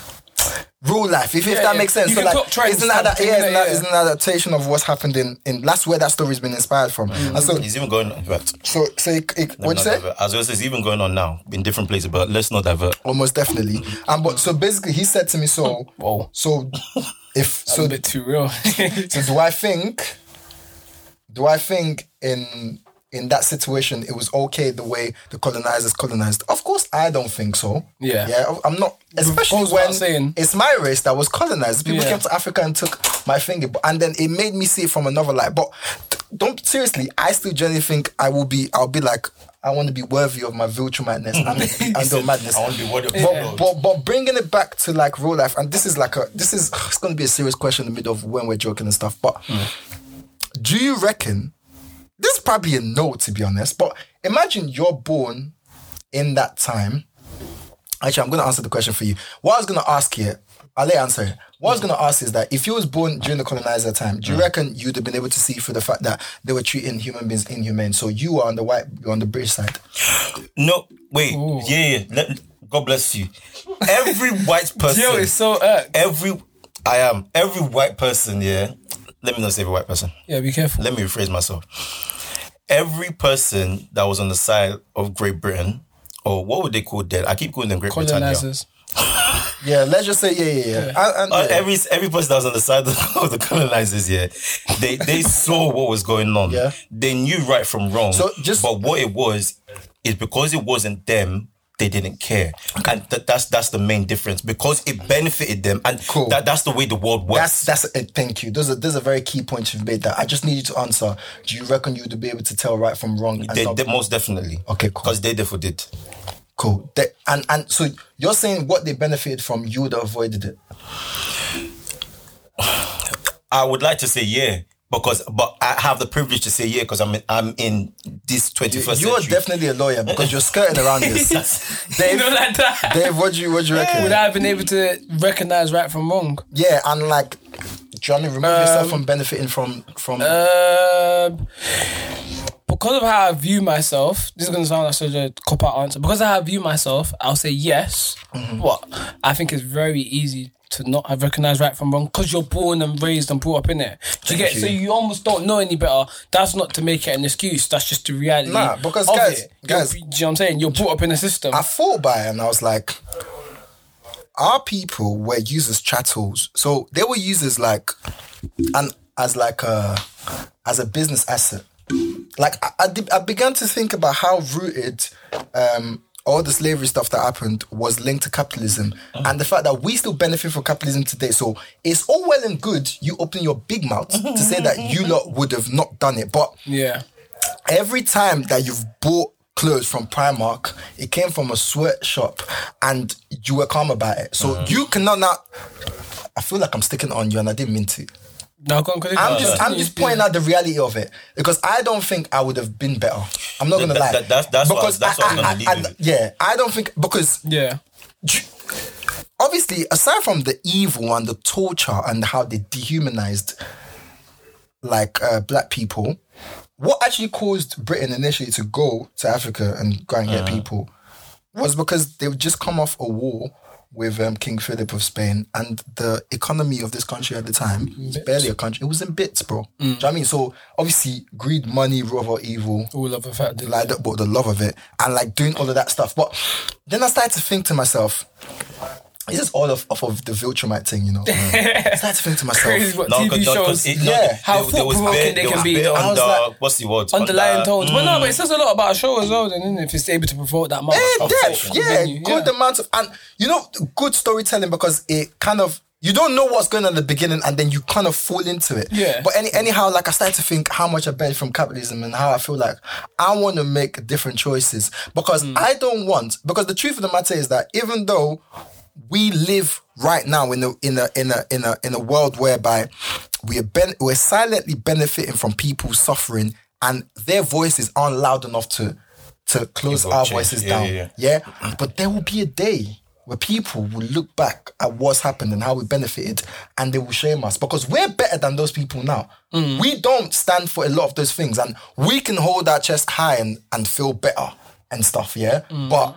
C: real life, if, if that
A: yeah.
C: makes sense.
A: You
C: so
A: can
C: like,
A: plot trends
C: isn't that,
A: and
C: that
A: things
C: yeah,
A: like
C: isn't
A: that,
C: that,
A: yeah.
C: isn't that adaptation of what's happened in in that's where that story's been inspired from.
A: Mm.
C: And so
D: He's even going. in fact,
C: so so it, it,
D: let me
C: what you
D: not
C: say?
D: divert. As well as it's even going on now in different places, but let's not divert.
C: Almost definitely. And but so basically, he said to me, so
A: Whoa.
C: so if
A: A
C: so
A: bit too *laughs* real.
C: so do I think do I think in in that situation it was okay the way the colonizers colonized? Of course, I don't think so.
A: Yeah.
C: yeah, I'm not. Especially
A: course, what
C: when
A: I'm saying.
C: it's my race that was colonized. People
A: Yeah.
C: came to Africa and took my finger, but, and then it made me see it from another light. But don't seriously, I still genuinely think I will be. I'll be like. I want to be worthy of my virtual
A: *laughs*
C: madness and, and the madness.
D: I want to be worthy of
C: But,
D: my
C: but but bringing it back to like real life, and this is like a this is *sighs* it's going to be a serious question in the middle of when we're joking and stuff. But do you reckon this is probably a no to be honest? But imagine you're born in that time. Actually, I'm going to answer the question for you. What I was going to ask you, I'll let you answer it. What I was going to ask is that if you was born during the colonizer time, do you reckon you'd have been able to see through the fact that they were treating human beings inhumane? So you were on the white, you're on the British side.
D: No, wait. Yeah, yeah. Let, God bless you. Every white
A: *laughs*
D: person.
A: Yo, it's so uh, irked.
D: every. I am every white person. Yeah. Let me not say every white person.
A: Yeah, be careful.
D: Let me rephrase myself. Every person that was on the side of Great Britain, or what would they call dead? I keep calling them Great Britannia.
A: Colonizers.
C: Yeah, let's just say yeah, yeah, yeah. And, and,
D: Uh,
C: yeah.
D: every every person that was on the side *laughs* of the colonizers, yeah, they they saw what was going on.
C: Yeah.
D: They knew right from wrong.
C: So just-
D: but what it was is because it wasn't them, they didn't care, and th- that's that's the main difference because it benefited them, and
C: Cool.
D: that, that's the way the world
C: That's
D: works.
C: that's it. Thank you. Those are those are very key points you've made. That I just need you to answer. Do you reckon you would be able to tell right from wrong? and
D: they,
C: not-
D: they- most definitely.
C: Okay, cool.
D: Because they therefore did.
C: cool. They- and and so you're saying what they benefited from, you would have avoided it.
D: I would like to say yeah. Because, but I have the privilege to say yeah, because I'm in, I'm in this 21st
C: You are
D: century.
C: definitely a lawyer because you're skirting around this.
A: You
C: Dave,
A: know, like that.
C: Dave, what do you what do you reckon?
A: Would I have been able to recognize right from wrong?
C: yeah, and like, Johnny, remove yourself from benefiting from from.
A: uh, Um, because of how I view myself, this is going to sound like such a cop out answer. Because of how I view myself, I'll say yes.
C: Mm-hmm.
A: What I think it's very easy to not have recognized right from wrong because you're born and raised and brought up in it. Do you get so you almost don't know any better. That's not to make it an excuse. That's just the reality.
C: Nah, because
A: of
C: guys-
A: it. You're-
C: guys-
A: do you know what I'm saying? You're brought up in a system.
C: I thought by it and I was like, our people were used as chattels. So they were used as like, and as like a, as a business asset. Like I, I, did- I began to think about how rooted um, all the slavery stuff that happened was linked to capitalism and the fact that we still benefit from capitalism today. So it's all well and good you open your big mouth to say that you lot would have not done it, but
A: yeah.
C: every time that you've bought clothes from Primark, it came from a sweatshop and you were calm about it. So
D: Mm-hmm.
C: you cannot now. I feel like I'm sticking on you and I didn't mean to.
A: No, go on, continue.
C: I'm just I'm just
A: Yeah.
C: pointing out the reality of it because I don't think I would have been better. I'm not gonna
D: That-
C: lie.
D: that- that's- that's what I- that's what I'm gonna leave
C: I-
D: you with.
C: Yeah, I don't think because
A: Yeah.
C: obviously, aside from the evil and the torture and how they dehumanized like uh, black people, what actually caused Britain initially to go to Africa and go and get people was because they would just come off a war with um, King Philip of Spain and the economy of this country at the time was barely a country. It was in bits, bro. Do you know what I mean? So obviously, greed, money, rule over evil,
A: All of the fact.
C: like the, but the love of it and like doing all of that stuff. But then I started to think to myself, this is all of, off of the Viltrumite thing,
A: *laughs*
C: you know. I started to think to myself,
A: Crazy what TV
D: 'cause- no, 'cause
A: shows.
D: it- no,
C: Yeah.
D: there-
A: How
D: there was
A: thought-provoking
D: bare-
A: they
D: there
A: can
D: was
A: be,
D: bare
A: though. I
C: was
D: under-
C: like-
D: what's the word? uh,
A: underlying
D: Under-
A: tones. But no, but it says a lot about a show as well. Then isn't it? if it's able to provoke that much,
C: mm. Eh,
A: of
C: depth,
A: thought
C: yeah,
A: within you,
C: good
A: yeah.
C: amount of, and you know, good storytelling because it kind of you don't know what's going on at the beginning, and then you kind of fall into it.
A: Yeah.
C: But any anyhow, like I started to think how much I benefit from capitalism and how I feel like I want to make different choices because
A: Mm.
C: I don't want because the truth of the matter is that even though we live right now in a in a in a in a in a world whereby we are ben- we're silently benefiting from people suffering and their voices aren't loud enough to to close
D: Evoke
C: our
D: change.
C: voices
D: Yeah,
C: down.
D: yeah, yeah.
C: Yeah. But there will be a day where people will look back at what's happened and how we benefited and they will shame us because we're better than those people now. We don't stand for a lot of those things and we can hold our chest high and, and feel better and stuff, yeah? But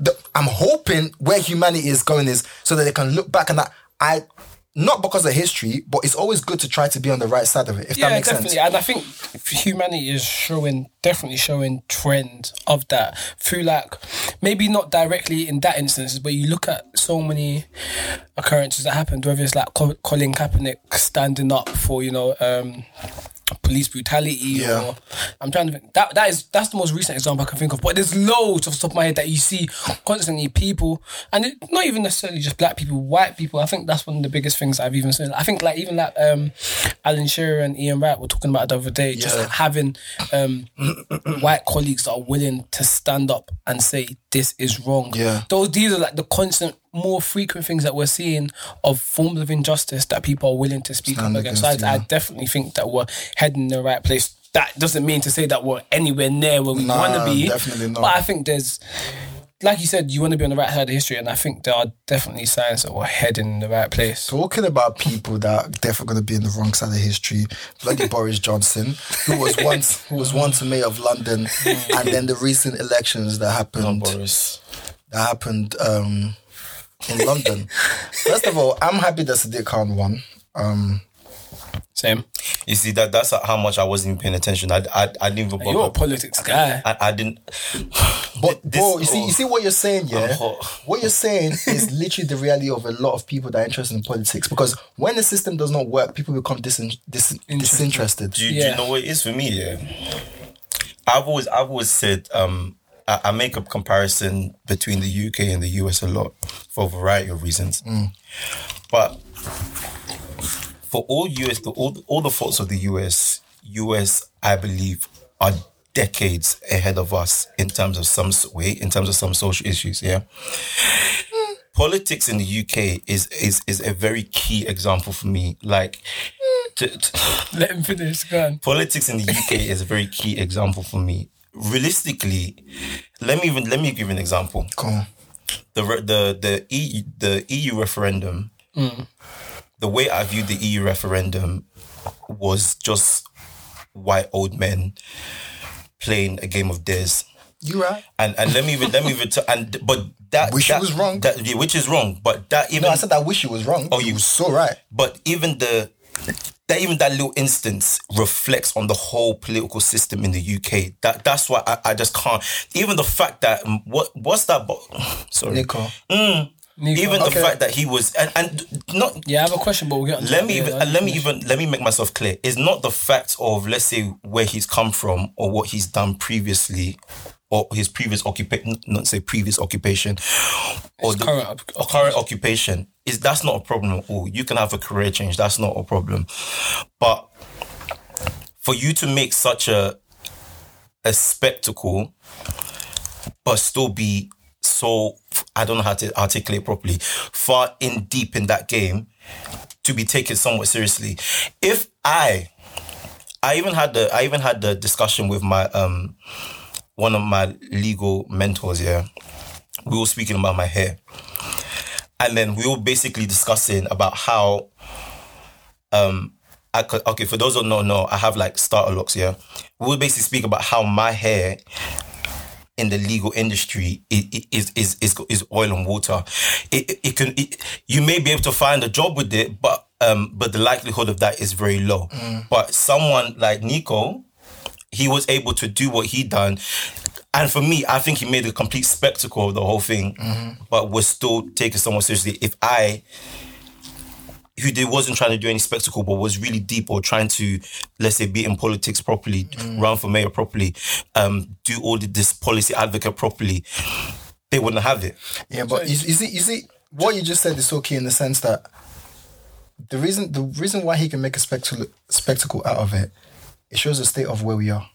C: the, I'm hoping where humanity is going is so that they can look back and that I, not because of history, but it's always good to try to be on the right side of it, if that
A: Yeah,
C: makes
A: definitely.
C: sense.
A: And I think humanity is showing, definitely showing trend of that through like maybe not directly in that instance, but you look at so many occurrences that happened, whether it's like Co- Colin Kaepernick standing up for you know um, police brutality.
C: Yeah.
A: Or I'm trying to think. That that is that's the most recent example I can think of. But there's loads off the top of my head that you see constantly people, and it, not even necessarily just black people, white people. I think that's one of the biggest things I've even seen. I think like even like um, Alan Shearer and Ian Wright were talking about it the other day, just
C: Yeah.
A: having
C: *clears throat*
A: um, white colleagues that are willing to stand up and say this is wrong.
C: Yeah.
A: Those these are like the constant, more frequent things that we're seeing of forms of injustice that people are willing to speak
C: Stand
A: up against. So
C: against,
A: I, I
C: yeah.
A: definitely think that we're heading in the right place. That doesn't mean to say that we're anywhere near where we
C: Nah,
A: want to be.
C: definitely not.
A: But I think there's, like you said, you want to be on the right side of history, and I think there are definitely signs that we're heading in the right place.
C: Talking about people that are definitely going to be in the wrong side of history, bloody Boris Johnson, who was once who was once mayor of London, and then the recent elections that happened
D: Boris.
C: that happened um, in London. First of all, I'm happy that Sadiq Khan won. Um,
A: Same.
D: You see that that's how much I wasn't even paying attention. I I, I didn't even
A: You're a
D: bother.
A: politics guy. *laughs*
D: I, I didn't. *sighs*
C: But
D: This-
C: bro, you see,
D: oh.
C: you see what you're saying, yeah.
D: hot.
C: What you're saying is literally the reality of a lot of people that are interested in politics. Because when the system does not work, people become disin- dis- disinterested.
D: Do you, do
A: Yeah.
D: you know what it is for me? Yeah. I've always I've always said um I, I make a comparison between the UK and the US a lot for a variety of reasons. But for all US the all, all the faults of the US, US I believe are decades ahead of us in terms of some s- way, in terms of some social issues, yeah. Politics in the UK is is is a very key example for me. Like to- to,
A: Let him finish. Go on.
D: politics in the UK is a very key example for me. Realistically, let me even let me give you an example.
C: Come on.
D: The re- the the EU, the EU referendum.
C: Hmm.
D: The way I viewed the EU referendum was just white old men playing a game of dares.
C: You right?
D: And and let me even let me even t- and but that
C: Which
D: that,
C: was wrong.
D: that- yeah, which is wrong. But that even
C: No, I said I wish you was wrong. Oh,
D: you-
C: was so right.
D: but even the that even that little instance reflects on the whole political system in the UK. That that's why I, I just can't. Even the fact that um, what what's that? Bo- *sighs* Sorry.
C: Nico.
A: Nico.
D: Even
C: Okay.
D: the fact that he was and, and not
A: yeah, I have a question, but we'll get on to
D: let
A: that
D: me
A: later.
D: even let me even let me make myself clear. It's not the fact of let's say where he's come from or what he's done previously, or his previous occupation, not say previous occupation, or the
A: current oc-
D: or current occupation. Is that's not a problem at all. You can have a career change. That's not a problem, but for you to make such a a spectacle, but still be so I don't know how to articulate properly, far in deep in that game to be taken somewhat seriously. If I, I even had the I even had the discussion with my um one of my legal mentors. Yeah, we were speaking about my hair, and then we were basically discussing about how um. I could, okay, for those who don't know, I have like starter locks, yeah. We would basically speak about how my hair in the legal industry i- i- is is is is oil and water. It, it- it can it, you may be able to find a job with it, but um, but the likelihood of that is very low. But someone like Nico, he was able to do what he done. And for me, I think he made a complete spectacle of the whole thing, but was still taking someone seriously. If I, who did wasn't trying to do any spectacle, but was really deep or trying to, let's say, be in politics properly, run for mayor properly, um, do all the, this policy advocate properly, they wouldn't have it.
C: Yeah, but you, you see, you see, what you just said is okay in the sense that the reason the reason why he can make a spectacle spectacle out of it, it shows the state of where we are.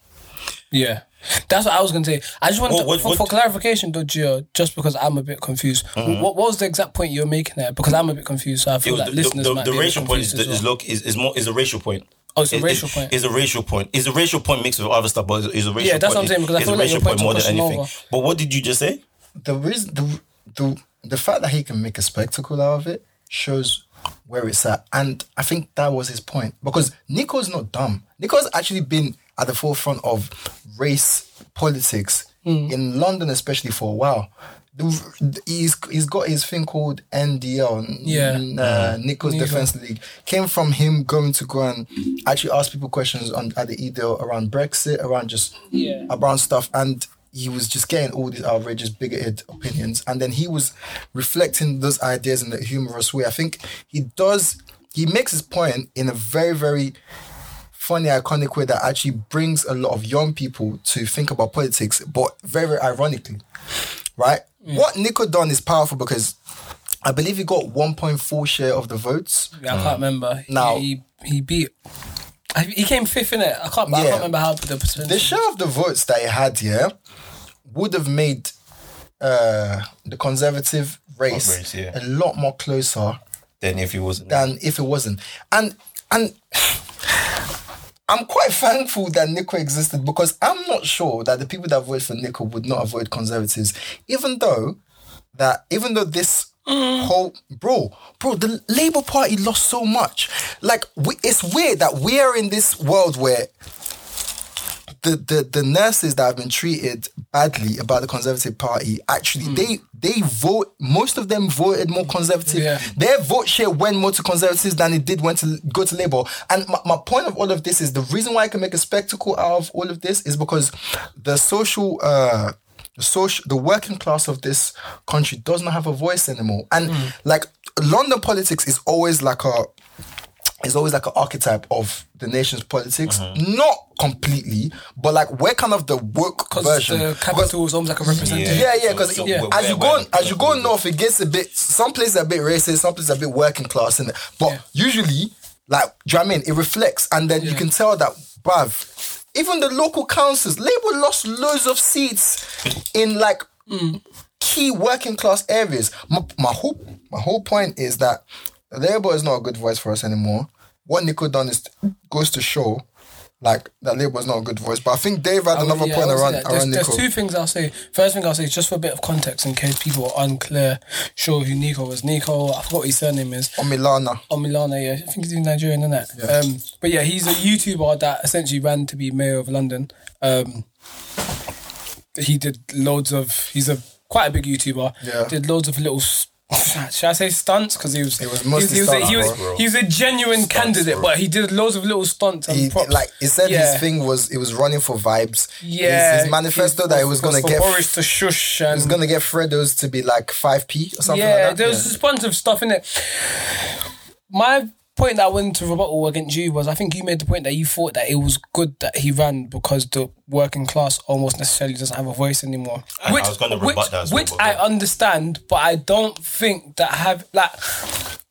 A: Yeah. That's what I was gonna say. I just want
D: What-
A: to,
D: what-
A: for,
D: what-
A: for clarification, though, Gio, just because I'm a bit confused. What, what was the exact point you're making there? Because I'm a bit confused, so I
D: It
A: feel
D: was
A: like
D: Mm-hmm. the,
A: listeners
D: the,
A: might
D: the
A: be a bit
D: racial point is,
A: confused
D: is
A: as well.
D: look is, is more is a racial point.
A: Oh, it's a
D: It-
A: racial
D: it-
A: point.
D: It's a racial point. It's a racial point mixed with other stuff, but it's, it's a racial
A: Yeah, that's
D: point.
A: what I'm saying, because I
D: it's
A: feel
D: a
A: like
D: racial
A: your points
D: point more
A: are
D: than anything.
A: crossing
D: But what did you just say?
C: The reason the the the fact that he can make a spectacle out of it shows where it's at, and I think that was his point because Nico's not dumb. Nico's actually been at the forefront of race politics in London, especially for a while. The- He's he's got his thing called NDL,
A: Yeah.
C: uh, Nico's Defense League came from him going to go and actually ask people questions on at the EDL around Brexit, around just
A: Yeah.
C: around stuff, and he was just getting all these outrageous, bigoted opinions, and then he was reflecting those ideas in a humorous way. I think he does. He makes his point in a very, very funny, iconic way that actually brings a lot of young people to think about politics, but very, very ironically, right? What Nico done is powerful because I believe he got 1.4 share of the votes.
A: I can't
D: Mm-hmm.
A: remember.
C: Now-
A: he, he, he beat. I- He came fifth in it. I can't. I
C: Yeah.
A: can't remember how the percentage.
C: The share of the votes that he had, yeah, would have made uh, the conservative race,
D: Race, yeah.
C: a lot more closer
D: Then if he wasn't,
C: than if it wasn't. And and *sighs* I'm quite thankful that Nico existed because I'm not sure that the people that voted for Nico would not have voted conservatives, even though that even though this whole bro, bro, the Labour Party lost so much. Like we, it's weird that we are in this world where the, the the nurses that have been treated badly about the Conservative Party actually they they vote most of them voted more conservative.
A: Yeah.
C: Their vote share went more to conservatives than it did went to go to Labour. And my, my point of all of this is the reason why I can make a spectacle out of all of this is because the social uh the social the working class of this country does not have a voice anymore. And like London politics is always like a it's always like an archetype of the nation's politics. Not completely, but like we're kind of the woke
A: because
C: version.
A: the
C: Because-
A: capital is almost like a representation.
C: yeah, yeah, because
D: So-
A: yeah.
C: as you
D: where-
C: go
D: where-
C: as you go north, it gets a bit. Some places are a bit racist, some places are a bit working class, and but usually, like, do you know what I mean? It reflects, and then you can tell that, bruv, even the local councils, Labour lost loads of seats in like
A: Hmm.
C: key working class areas. My, my whole my whole point is that Labour is not a good voice for us anymore. What Nico done is goes to show. Like that Labour is not a good voice, but I think Dave had another
A: Yeah, I
C: point
A: would say
C: around
A: that.
C: around
A: There's,
C: Nico.
A: there's two things I'll say. First thing I'll say, just for a bit of context, in case people are unclear, sure who Nico was. Nico, I forgot what his surname is.
C: on Milana.
A: on Oh, Milano, yeah. I think he's in Nigerian, isn't it? Um, but yeah, he's a YouTuber that essentially ran to be mayor of London. Um, he did loads of. He's a quite a big YouTuber.
C: Yeah.
A: Did loads of little. s- *laughs* Should I say stunts? Because he was. It
C: was mostly
A: he was, a, he,
C: stunts,
A: was,
D: bro.
A: he was a genuine candidate, but he did loads of little stunts and
C: he
A: props.
C: like he said
A: Yeah.
C: his thing was it was running for vibes. His-
A: Yeah,
C: his, manifesto that he was gonna
A: for
C: get he
A: Boris to shush and
C: was gonna get Fredos to be like five p or something
A: yeah,
C: like that.
A: there was a bunch of stuff in it. My point that I went to rebuttal against you was I think you made the point that you thought that it was good that he ran because the working class almost necessarily doesn't have a voice anymore.
D: I was gonna rebut
A: which,
D: that as
A: which
D: well,
A: I
D: but-
A: understand, but I don't think that have like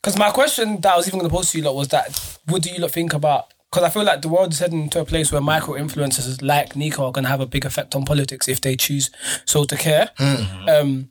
A: because my question that I was even going to pose to you lot was that what do you lot think about? Because I feel like the world is heading to a place where micro influencers like Nico are going to have a big effect on politics if they choose so to care. Um,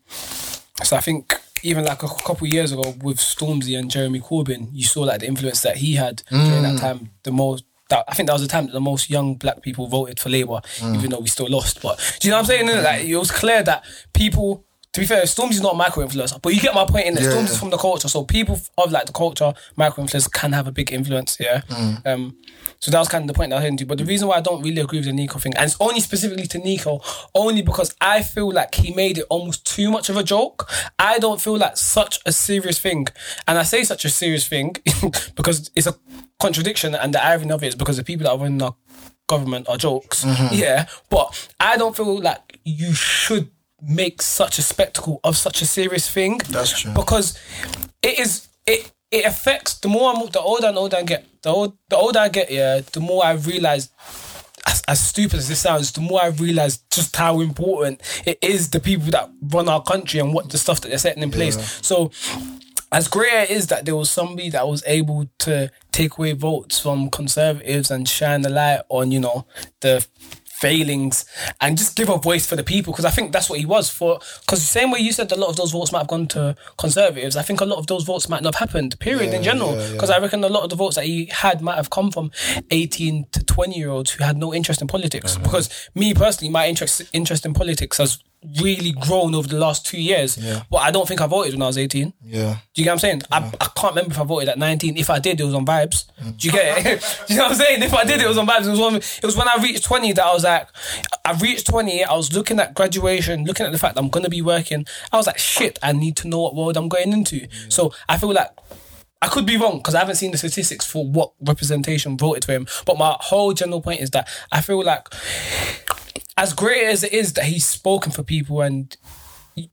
A: so I think even like a couple of years ago with Stormzy and Jeremy Corbyn, you saw like the influence that he had during that time. The most that I think that was the time that the most young black people voted for Labour, even though we still lost. But do you know what I'm saying? innit? Like it was clear that people. To be fair, Stormzy's not a micro influencer, but you get my point in that Stormzy's from the culture, so people of like the culture, micro influencers can have a big influence. Yeah. Um. So that was kind of the point that I was heading to. But the reason why I don't really agree with the Nico thing, and it's only specifically to Nico, only because I feel like he made it almost too much of a joke. I don't feel like such a serious thing. And I say such a serious thing *laughs* because it's a contradiction, and the irony of it is because the people that are running our government are jokes.
C: Mm-hmm.
A: Yeah. But I don't feel like you should make such a spectacle of such a serious thing.
C: That's true.
A: Because it is it it affects the more I'm the older and older I get the old the older I get yeah the more I realize as, as stupid as this sounds the more I realize just how important it is the people that run our country and what the stuff that they're setting in place so as great as it is that there was somebody that was able to take away votes from conservatives and shine the light on you know the failings and just give a voice for the people because I think that's what he was for because the same way you said that a lot of those votes might have gone to conservatives I think a lot of those votes might not have happened period in general because I reckon a lot of the votes that he had might have come from 18 to 20 year olds who had no interest in politics because me personally my interest interest in politics has really grown over the last two years but I don't think I voted when I was 18
C: yeah.
A: do you get what I'm saying? I, I can't remember if I voted at 19. If I did, it was on vibes. Do you get it? *laughs* Do you know what I'm saying? If I did, it was on vibes. It was, one, it was when I reached 20 that I was like, I reached 20, I was looking at graduation, looking at the fact that I'm going to be working. I was like, shit, I need to know what world I'm going into. So I feel like I could be wrong because I haven't seen the statistics for what representation voted for him. But my whole general point is that I feel like, as great as it is that he's spoken for people and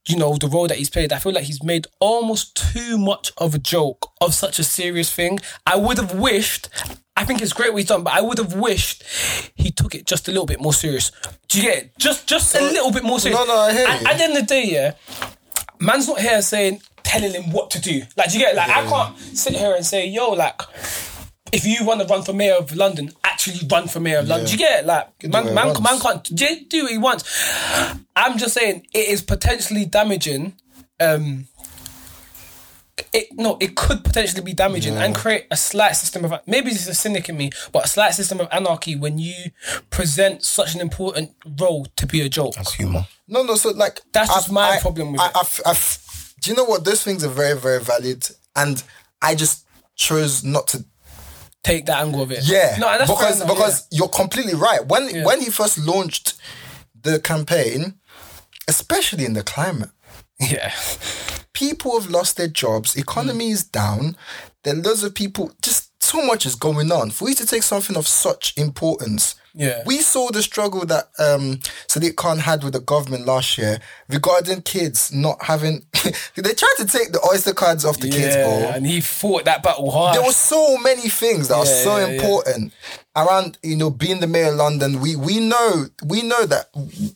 A: you know the role that he's played. I feel like he's made almost too much of a joke of such a serious thing. I would have wished I think it's great what he's done, but I would have wished he took it just a little bit more serious. Do you get it? Just just a little bit more serious.
C: No, no, I hear
A: And
C: you.
A: At the end of the day, yeah, man's not here saying telling him what to do. Like, do you get it? Like, I can't sit here and say, yo, like, if you want to run for mayor of London, actually run for mayor of London. Do you get it? Like, man,
C: what he
A: man, man
C: wants.
A: can't do do what he wants. I'm just saying it is potentially damaging. Um, it no, it could potentially be damaging and create a slight system of maybe this is a cynic in me, but a slight system of anarchy when you present such an important role to be a joke.
D: humor.
C: No, no. So like
A: That's just
C: I've-
A: my
C: I-
A: problem with
C: I,
A: it.
C: I've- I've- do you know what? Those things are very, very valid, and I just chose not to.
A: Take that angle of it.
C: Yeah,
A: no, and that's fair
C: because
A: enough,
C: because you're completely right. When
A: Yeah.
C: when he first launched the campaign, especially in the climate, *laughs*
A: yeah. yeah.
C: people have lost their jobs. Economy is down. There are loads of people. Just so much is going on. For you to take something of such importance,
A: Yeah.
C: we saw the struggle that um, Sadiq Khan had with the government last year regarding kids not having. *laughs* they tried to take the oyster cards off the kids, bro.
A: yeah, and he fought that battle hard.
C: There were so many things that are
A: Yeah,
C: so
A: yeah, yeah.
C: important around, you know, being the mayor of London. We we know we know that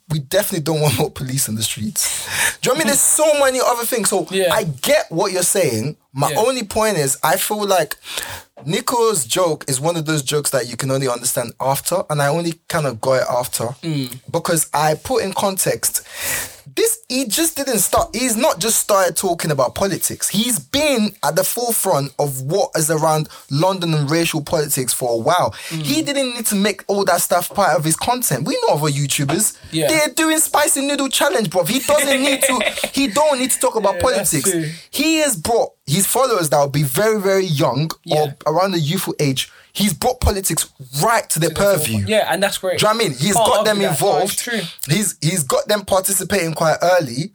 C: we definitely don't want more police in the streets.
A: *laughs*
C: Do you know what I mean? There's so many other things. So
A: Yeah.
C: I get what you're saying. My
A: Yeah.
C: only point is I feel like Nico's joke is one of those jokes that you can only understand after, and I only kind of got it after
A: Mm.
C: because I put in context. This he just didn't start. He's not just started talking about politics. He's been at the forefront of what is around London and racial politics for a while.
A: Mm.
C: He didn't need to make all that stuff part of his content. We know other YouTubers.
A: Yeah.
C: They're doing spicy noodle challenge, bro. He doesn't need
A: *laughs*
C: to. He don't need to talk about
A: that's *laughs*
C: politics.
A: true.
C: He has brought his followers that will be very, very young
A: Yeah.
C: or around the youthful age. He's brought politics right to their purview.
A: yeah, and that's great.
C: Do you know what I mean? He's
A: Can't
C: got
A: argue
C: them
A: that. No, it's
C: involved.
A: true.
C: He's he's got them participating quite early.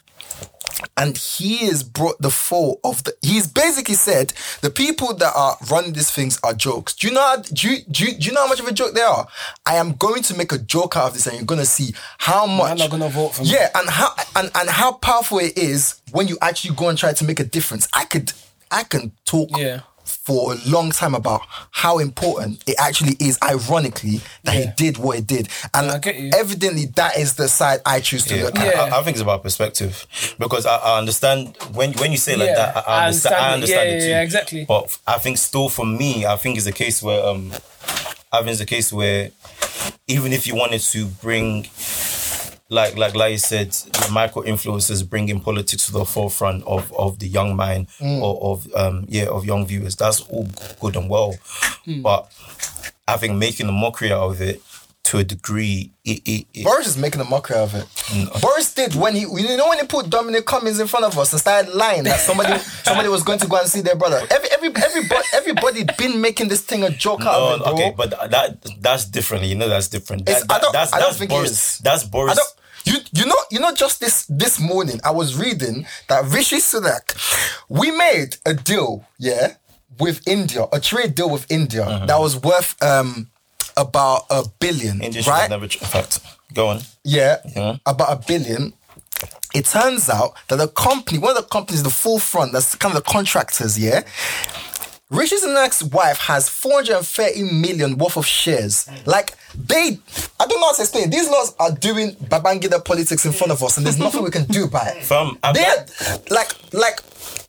C: And he has brought the fall of the. He's basically said the people that are running these things are jokes. Do you know? How, do, you, do you do you know how much of a joke they are? I am going to make a joke out of this, and you're gonna see how much.
A: not gonna vote for me.
C: Yeah, and how and and how powerful it is when you actually go and try to make a difference. I could I can talk
A: Yeah.
C: for a long time about how important it actually is, ironically, that he
A: Yeah.
C: did what he did. And
A: I get you.
C: evidently, that is the side I choose to
D: Yeah,
C: look
D: I-
C: at.
A: Yeah.
D: I, I think it's about perspective because I, I understand when when you say it like
A: Yeah,
D: that, I, I
A: I
D: understand.
A: understand
D: I understand
A: it.
D: it
A: Yeah,
D: too.
A: yeah, yeah, exactly.
D: But f- I think still for me, I think it's a case where um, I think it's a case where even if you wanted to bring. Like, like, like you said, the micro influencers bringing politics to the forefront of, of the young mind
A: Mm.
D: or of um yeah of young viewers. That's all good and well,
A: Mm.
D: but I think making a mockery out of it to a degree, it, it, it
C: Boris is making a mockery of it.
A: Mm.
C: Boris did when he, you know, when he put Dominic Cummings in front of us and started lying that
A: *laughs*
C: somebody, somebody was going to go and see their brother. Every, every, everybody, everybody been making this thing a joke out of it,
D: No,
C: bro.
D: Oh, okay, but that that's different. You know, that's different. That,
C: It's- I don't-
D: that's
C: I don't
D: that's
C: think it
D: Boris.
C: is.
D: That's
C: I
D: Boris.
C: don't. You, you know you know just this this morning I was reading that Rishi Sunak we made a deal yeah with India a trade deal with India that was worth um about a billion
D: India should
C: right
D: have never. In fact, go on.
C: yeah, about a billion. It turns out that the company, one of the companies, the forefront, that's kind of the contractors, yeah. Rishi Sunak's wife has 430 million worth of shares. Like they, I don't know how to explain. These laws are doing Babangida politics in front of us, and there's nothing we can do about it.
D: Fam, I'm
C: They're like, like.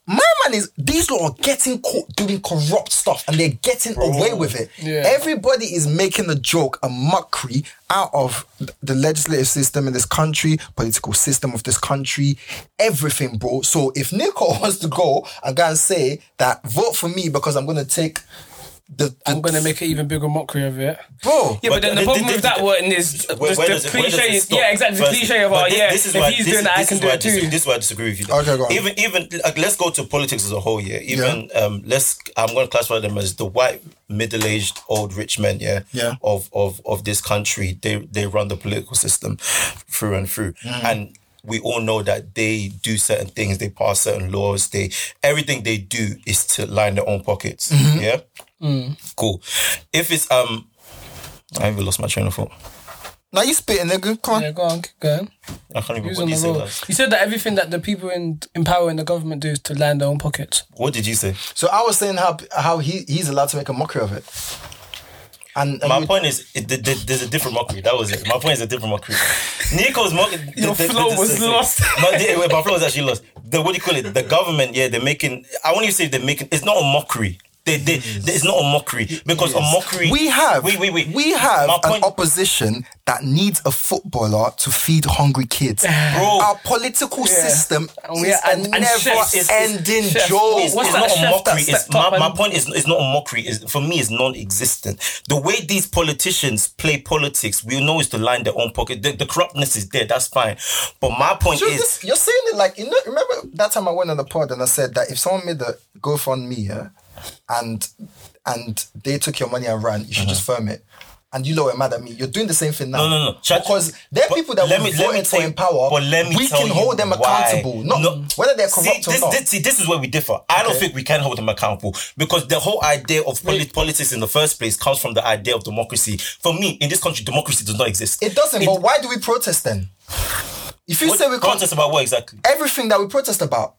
C: My man is these laws are getting caught doing corrupt stuff and they're getting away with it. Everybody is making a joke, a mockery out of th- the legislative system in this country, political system of this country, everything, bro. So if Nico *laughs* wants to go and go and say that vote for me because I'm gonna take the, the-
A: I'm gonna make an even bigger mockery of it.
C: bro.
A: Yeah, but, then the,
D: th- th-
A: problem
D: th-
A: with that
D: th-
A: one is
D: Where-
A: the,
D: where
A: the
D: does it- where does it
A: cliche. Is,
D: stop?
A: yeah, exactly. The
D: First,
A: cliche of
D: but
A: our
D: thi-
A: yeah.
D: This is
A: if
D: why,
A: he's
D: this,
A: doing that, I
D: this
A: can
D: is
A: do
D: why I
A: it too.
D: disagree- This is why I disagree with you.
C: Okay, go on.
D: Even even like let's go to politics as a whole. Yeah. Even um let's I'm going to classify them as the white middle aged old rich men. Yeah.
C: Yeah.
D: Of of of this country, they they run the political system through and through,
C: Mm.
D: and. We all know that they do certain things, they pass certain laws, they everything they do is to line their own pockets.
C: Mm-hmm.
D: Yeah?
C: Mm.
D: Cool. If it's um I even lost my train of thought.
C: Now you spitting nigga, come on.
A: Yeah, go on, keep going.
D: I can't even
A: Who's
D: what
A: on the
D: did you say
A: roll?
D: last?
A: You said that everything that the people in, in power in the government do is to land their own pockets.
D: What did you say?
C: So I was saying how how he he's allowed to make a mockery of it. And, and
D: My
C: you-
D: point is, it, th- th- there's a different mockery. That was it. My point is a different mockery. Nico's
C: *laughs*
D: mockery.
A: Your flow was
D: *laughs*
A: lost.
D: No, the, wait, my flow was actually lost. The, what do you call it? The government, yeah, they're making. I want you to say they're making. It's not a mockery. They, they, It's not a mockery because a mockery.
C: we have
D: Wait, wait, wait.
C: we have
D: My
C: an
D: point-
C: opposition that needs a footballer to feed hungry kids.
D: *sighs* Bro.
C: Our political system
A: And we
C: is
A: are- and-
C: a
A: and chefs- it's-
C: never-ending
A: chefs-
C: joke.
D: it's,
A: What's
D: it's
A: that
D: not a
A: chef
D: mockery.
A: that
D: It's,
A: stepped up
D: my, my
A: and-
D: point is, it's not a mockery. It's, for me, it's non-existent. The way these politicians play politics, we know is to line their own pocket. The, the corruptness is there. That's fine. But my point
C: Just
D: is,
C: this- you're saying it like you know. Remember that time I went on the pod and I said that if someone made a GoFundMe yeah, and and they took your money and ran, you should just firm it. And you know, are mad at me. You're doing the same thing now.
D: Uh-huh. No, no, no. Chat-
C: because there are
D: but
C: people that
D: let
C: we
D: me- let me
C: voted for
D: tell-
C: in power.
D: but let me
C: we
D: tell
C: can
D: you
C: hold them
D: why.
C: accountable. Not
D: No.
C: whether they're
D: See
C: corrupt
D: this,
C: or not.
D: this, see, this is where we differ. I don't think we can hold them accountable because the whole idea of poli- politics in the first place comes from the idea of democracy. For me, in this country, democracy does not exist.
C: It doesn't. but why do we protest then? If you say we can't,
D: contest about what exactly?
C: everything that we protest about.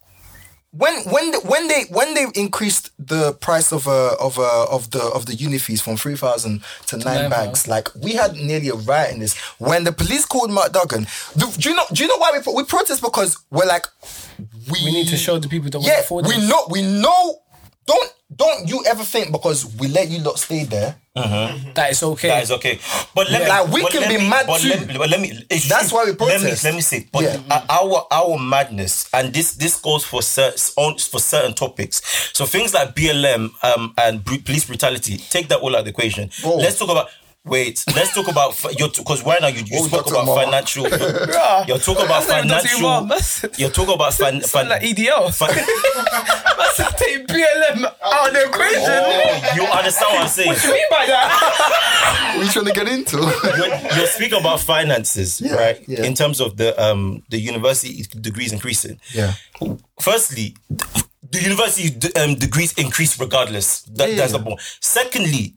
C: When when the, when they when they increased the price of uh of uh of the of the uni fees from three thousand to nine bags, like we had nearly a riot in this. When the police called Mark Duggan, do, do you know do you know why we pro- we protest because we're like we,
A: We need to show the people that we
C: yeah
A: afford
C: we
A: it.
C: know we know don't don't you ever think because we let you lot stay there
A: That it's okay.
D: That is okay. But let me,
C: Like, we
D: but
C: can
D: let
C: be
D: me-
C: mad
D: but
C: too.
D: Let me, but let me, it's
C: That's
D: true.
C: why we protest.
D: Let me, let me say, but
C: Yeah.
D: uh, our our madness, and this this goes for certain on for certain topics. So things like BLM um, and br- police brutality. Take that all out of the equation.
C: Whoa.
D: Let's talk about. Wait, let's talk about fi- your because right now you, you
C: Whoa,
D: spoke
C: Dr.
D: about
C: Mama.
D: financial.
C: *laughs*
D: You're talking about
A: That's not even Dr.
D: financial.
A: Umar, that's- *laughs*
D: You're talking about fin, fin,
A: Sound like E EDL.
D: fin-
A: That's to take BLM out of the equation.
D: *laughs* Oh, you understand what I'm saying?
A: What do you mean by that?
C: what are you trying to get into
D: you speak about finances,
C: Yeah,
D: right?
C: yeah.
D: In terms of the um the university degrees increasing.
C: *laughs* Yeah.
D: Firstly, the university d- um, degrees increase regardless. That,
C: Yeah,
D: that's
C: yeah.
D: the point. Secondly,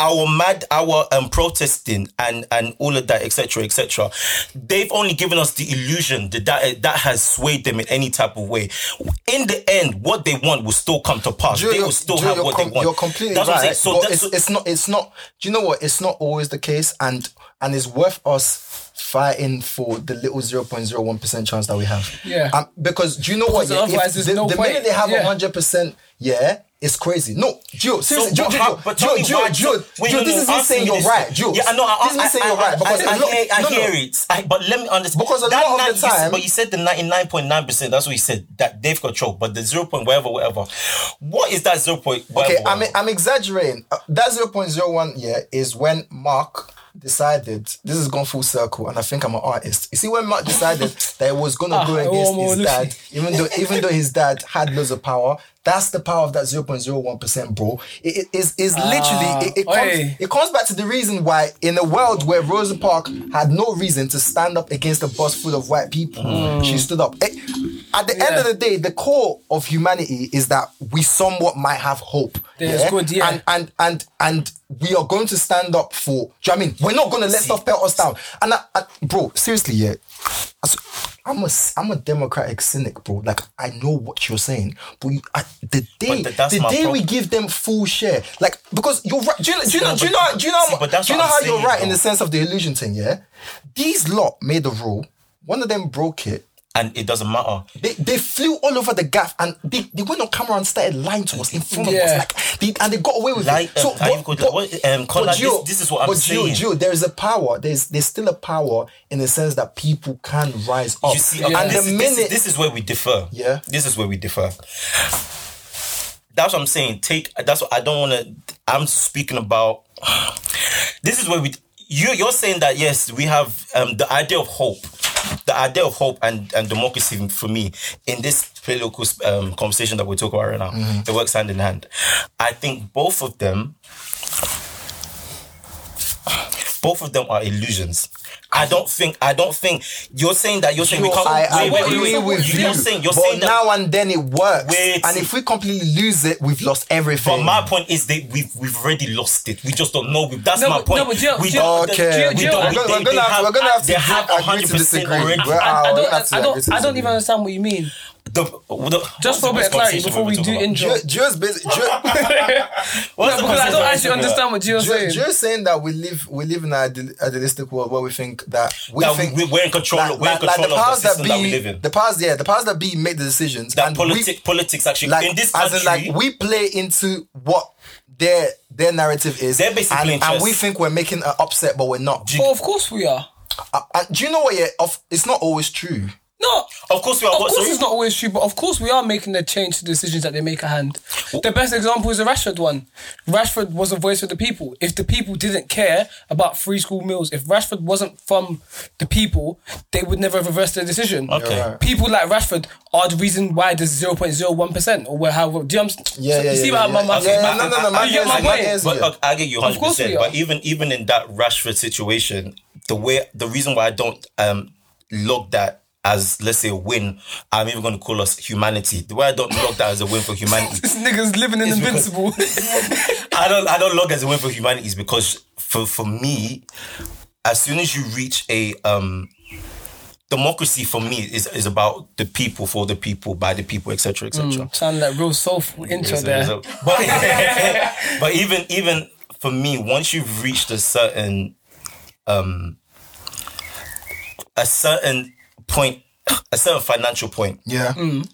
D: our mad our um protesting and and all of that etc etc they've only given us the illusion that, that that has swayed them in any type of way in the end what they want will still come to pass
C: Joe,
D: they will
C: you're-
D: still
C: Joe,
D: have
C: you're
D: what
C: com-
D: they want
C: You're completely
D: that's
C: right.
D: what i'm saying so
C: but
D: that's
C: it's, it's not. It's not. Do you know what? It's not always the case, and and it's worth us fighting for the little zero point zero one percent chance that we have.
A: Yeah.
C: Um, because do you know
A: Because
C: what? yeah,
A: otherwise there's
C: the,
A: no
C: the
A: point.
C: minute they have
A: Yeah.
C: hundred percent, yeah. It's crazy. No, Gio, seriously, Gio,
D: but
C: Gio,
D: how-
C: Gio,
D: but
C: Gio,
D: tell me
C: Gio,
D: why-
C: Gio, Gio,
D: wait, no, no,
C: this is me
D: ask
C: saying
D: me
C: you're
D: this.
C: right, Gio.
D: Yeah, I know. I,
C: This is me
D: I-
C: saying
D: I-
C: you're
D: I-
C: right because
D: I,
C: a lot-
D: hear, I
C: no, no.
D: hear it. I, but let me understand.
C: Because a lot of
D: nine-
C: the
D: you said-
C: time-
D: but you said the ninety-nine point nine percent. That's what you said that they've controlled, but the zero point whatever, whatever. What is that zero point? Whatever,
C: Okay, I'm
D: whatever?
C: I'm exaggerating. Uh, that 0.01 yeah is when Mark decided this has gone full circle, and I think I'm an artist. You see, when Mark
A: *laughs*
C: decided that he was gonna
A: Ah,
C: go
A: I
C: against
A: almost
C: his
A: looked-
C: dad, even though even though his dad had loads of power, that's the power of that 0.01 percent, bro. It it is is literally it, it
A: Ah, oi.
C: comes it comes back to the reason why in a world where Rosa Park had no reason to stand up against a bus full of white people, she stood up. Eh, at the end
A: Mm. Yeah.
C: of the day, the core of humanity is that we somewhat might have hope.
A: There's good, yeah.
C: And and and and we are going to stand up for. Do you know what I mean? We're not going to let stuff pelt us down. And I, I, bro, seriously, yeah. As- I'm a I'm a democratic cynic, bro. Like I know what you're saying, but you, I, the day
D: th- that's
C: the
D: my
C: day we
D: problem.
C: give them full share, like because you're right. Do you know? Do you know?
D: no,
C: Do you
D: but-
C: know? Do you know?
D: see, but that's
C: do you know
D: what
C: how
D: I'm
C: you're
D: saying,
C: right in
D: though.
C: the sense of the illusion thing? Yeah, these lot made a rule. One of them broke it.
D: and it doesn't matter.
C: They, they flew all over the gaff and they, they went on camera and started lying to us in front
A: Yeah.
C: of us. Like they, and they got away with
D: Like,
C: it. So
D: um, are you good- what- um, Conrad, this-
C: Gio-
D: this is what I'm
C: but Gio,
D: saying.
C: Gio, there is a power. There's there's still a power in the sense that people can rise up.
D: You see,
C: and
D: and this,
C: the
D: is-
C: minute
D: this, is, this is where we differ.
C: Yeah.
D: this is where we differ. That's what I'm saying. Take. That's what I don't want to. I'm speaking about. This is where we. You you're saying that yes, we have um, the idea of hope, the idea of hope and and democracy for me in this political um, conversation that we're talking about right now.
C: Mm-hmm.
D: It works hand in hand. I think both of them both of them are illusions. I don't think. I don't think you're saying that. You're saying we
C: Gio,
D: can't.
C: I
D: wait, wait,
C: agree
D: wait, wait,
C: with you.
D: You're saying. You're
C: but
D: saying that.
C: now and then it works.
D: Wait.
C: and if we completely lose it, we've lost everything.
D: But my point is that we've we've already lost it. We just don't know. We, that's
A: No,
D: my
A: but-
D: point.
A: no, but Jill-
D: we
A: Jill-
D: don't.
C: Okay,
D: We
A: Jill,
D: don't.
A: Jill,
D: we-
C: we're
D: they-
C: gonna
D: they
C: have- we're gonna have to
D: they have
C: agree to
D: 100%
C: disagree.
D: already.
C: We're-
A: I
C: we're
A: don't,
C: gonna have to
A: I
C: agree
A: don't,
C: to
A: I don't
C: disagree.
A: even understand what you mean.
D: the, the
A: Just for a bit of clarity before we do intro.
C: Gio- Gio's basically
D: *laughs*
C: Gio,
A: No, because I don't actually understand what Gio's
C: Gio,
A: saying.
C: Gio's saying that we live we live in an ideal- idealistic world where we think that we
D: that
C: think
D: we, we're in control.
C: like-
D: of we're in
C: like- like
D: control of the system that, we
C: be
D: live in.
C: the powers yeah the powers that be make the decisions
D: that
C: and
D: politic,
C: we,
D: politics actually
C: like
D: in this
C: as
D: country.
C: in like we play into what their their narrative is
D: They're basically
C: and,
D: playing
C: and
D: chess.
C: we think we're making an upset but we're not
A: Oh, of course we are.
C: Uh, and do you know what yeah of, it's not always true
A: No,
D: of course, we are.
A: of
D: what,
A: course
D: sorry?
A: it's not always true, but of course we are making the change to decisions that they make at hand. The best example is the Rashford one. Rashford was a voice of the people. If the people didn't care about free school meals, if Rashford wasn't from the people, they would never have reversed their decision.
D: Okay.
C: You're right.
A: People like Rashford are the reason why there's zero point zero one percent or where how do you, I'm-
C: yeah
A: you
C: yeah
A: see
C: yeah,
A: how
C: yeah,
A: my
C: yeah,
A: my-
C: yeah,
D: my-
C: Uh, no no no
D: I-
C: my
D: I
A: get
C: ears-
A: my
C: my
A: point.
C: ears-
D: But
C: yeah.
D: look, I get you
A: Of
D: hundred
A: course we
D: percent.
A: are.
D: But even even in that Rashford situation, the way the reason why I don't um log that as let's say a win, I'm even going to call us humanity. The way I don't log that as a win for humanity,
A: *laughs* This nigga's living in
D: because- *laughs*
A: invincible.
D: I don't I don't log as a win for humanity is because for for me, as soon as you reach a um democracy for me is is about the people for the people by the people etc etc.
A: Sound like real soulful intro
D: Yes,
A: there.
D: yes, yes.
A: *laughs*
D: But, but even even for me, once you've reached a certain um a certain point, a certain financial point,
C: yeah
D: Mm.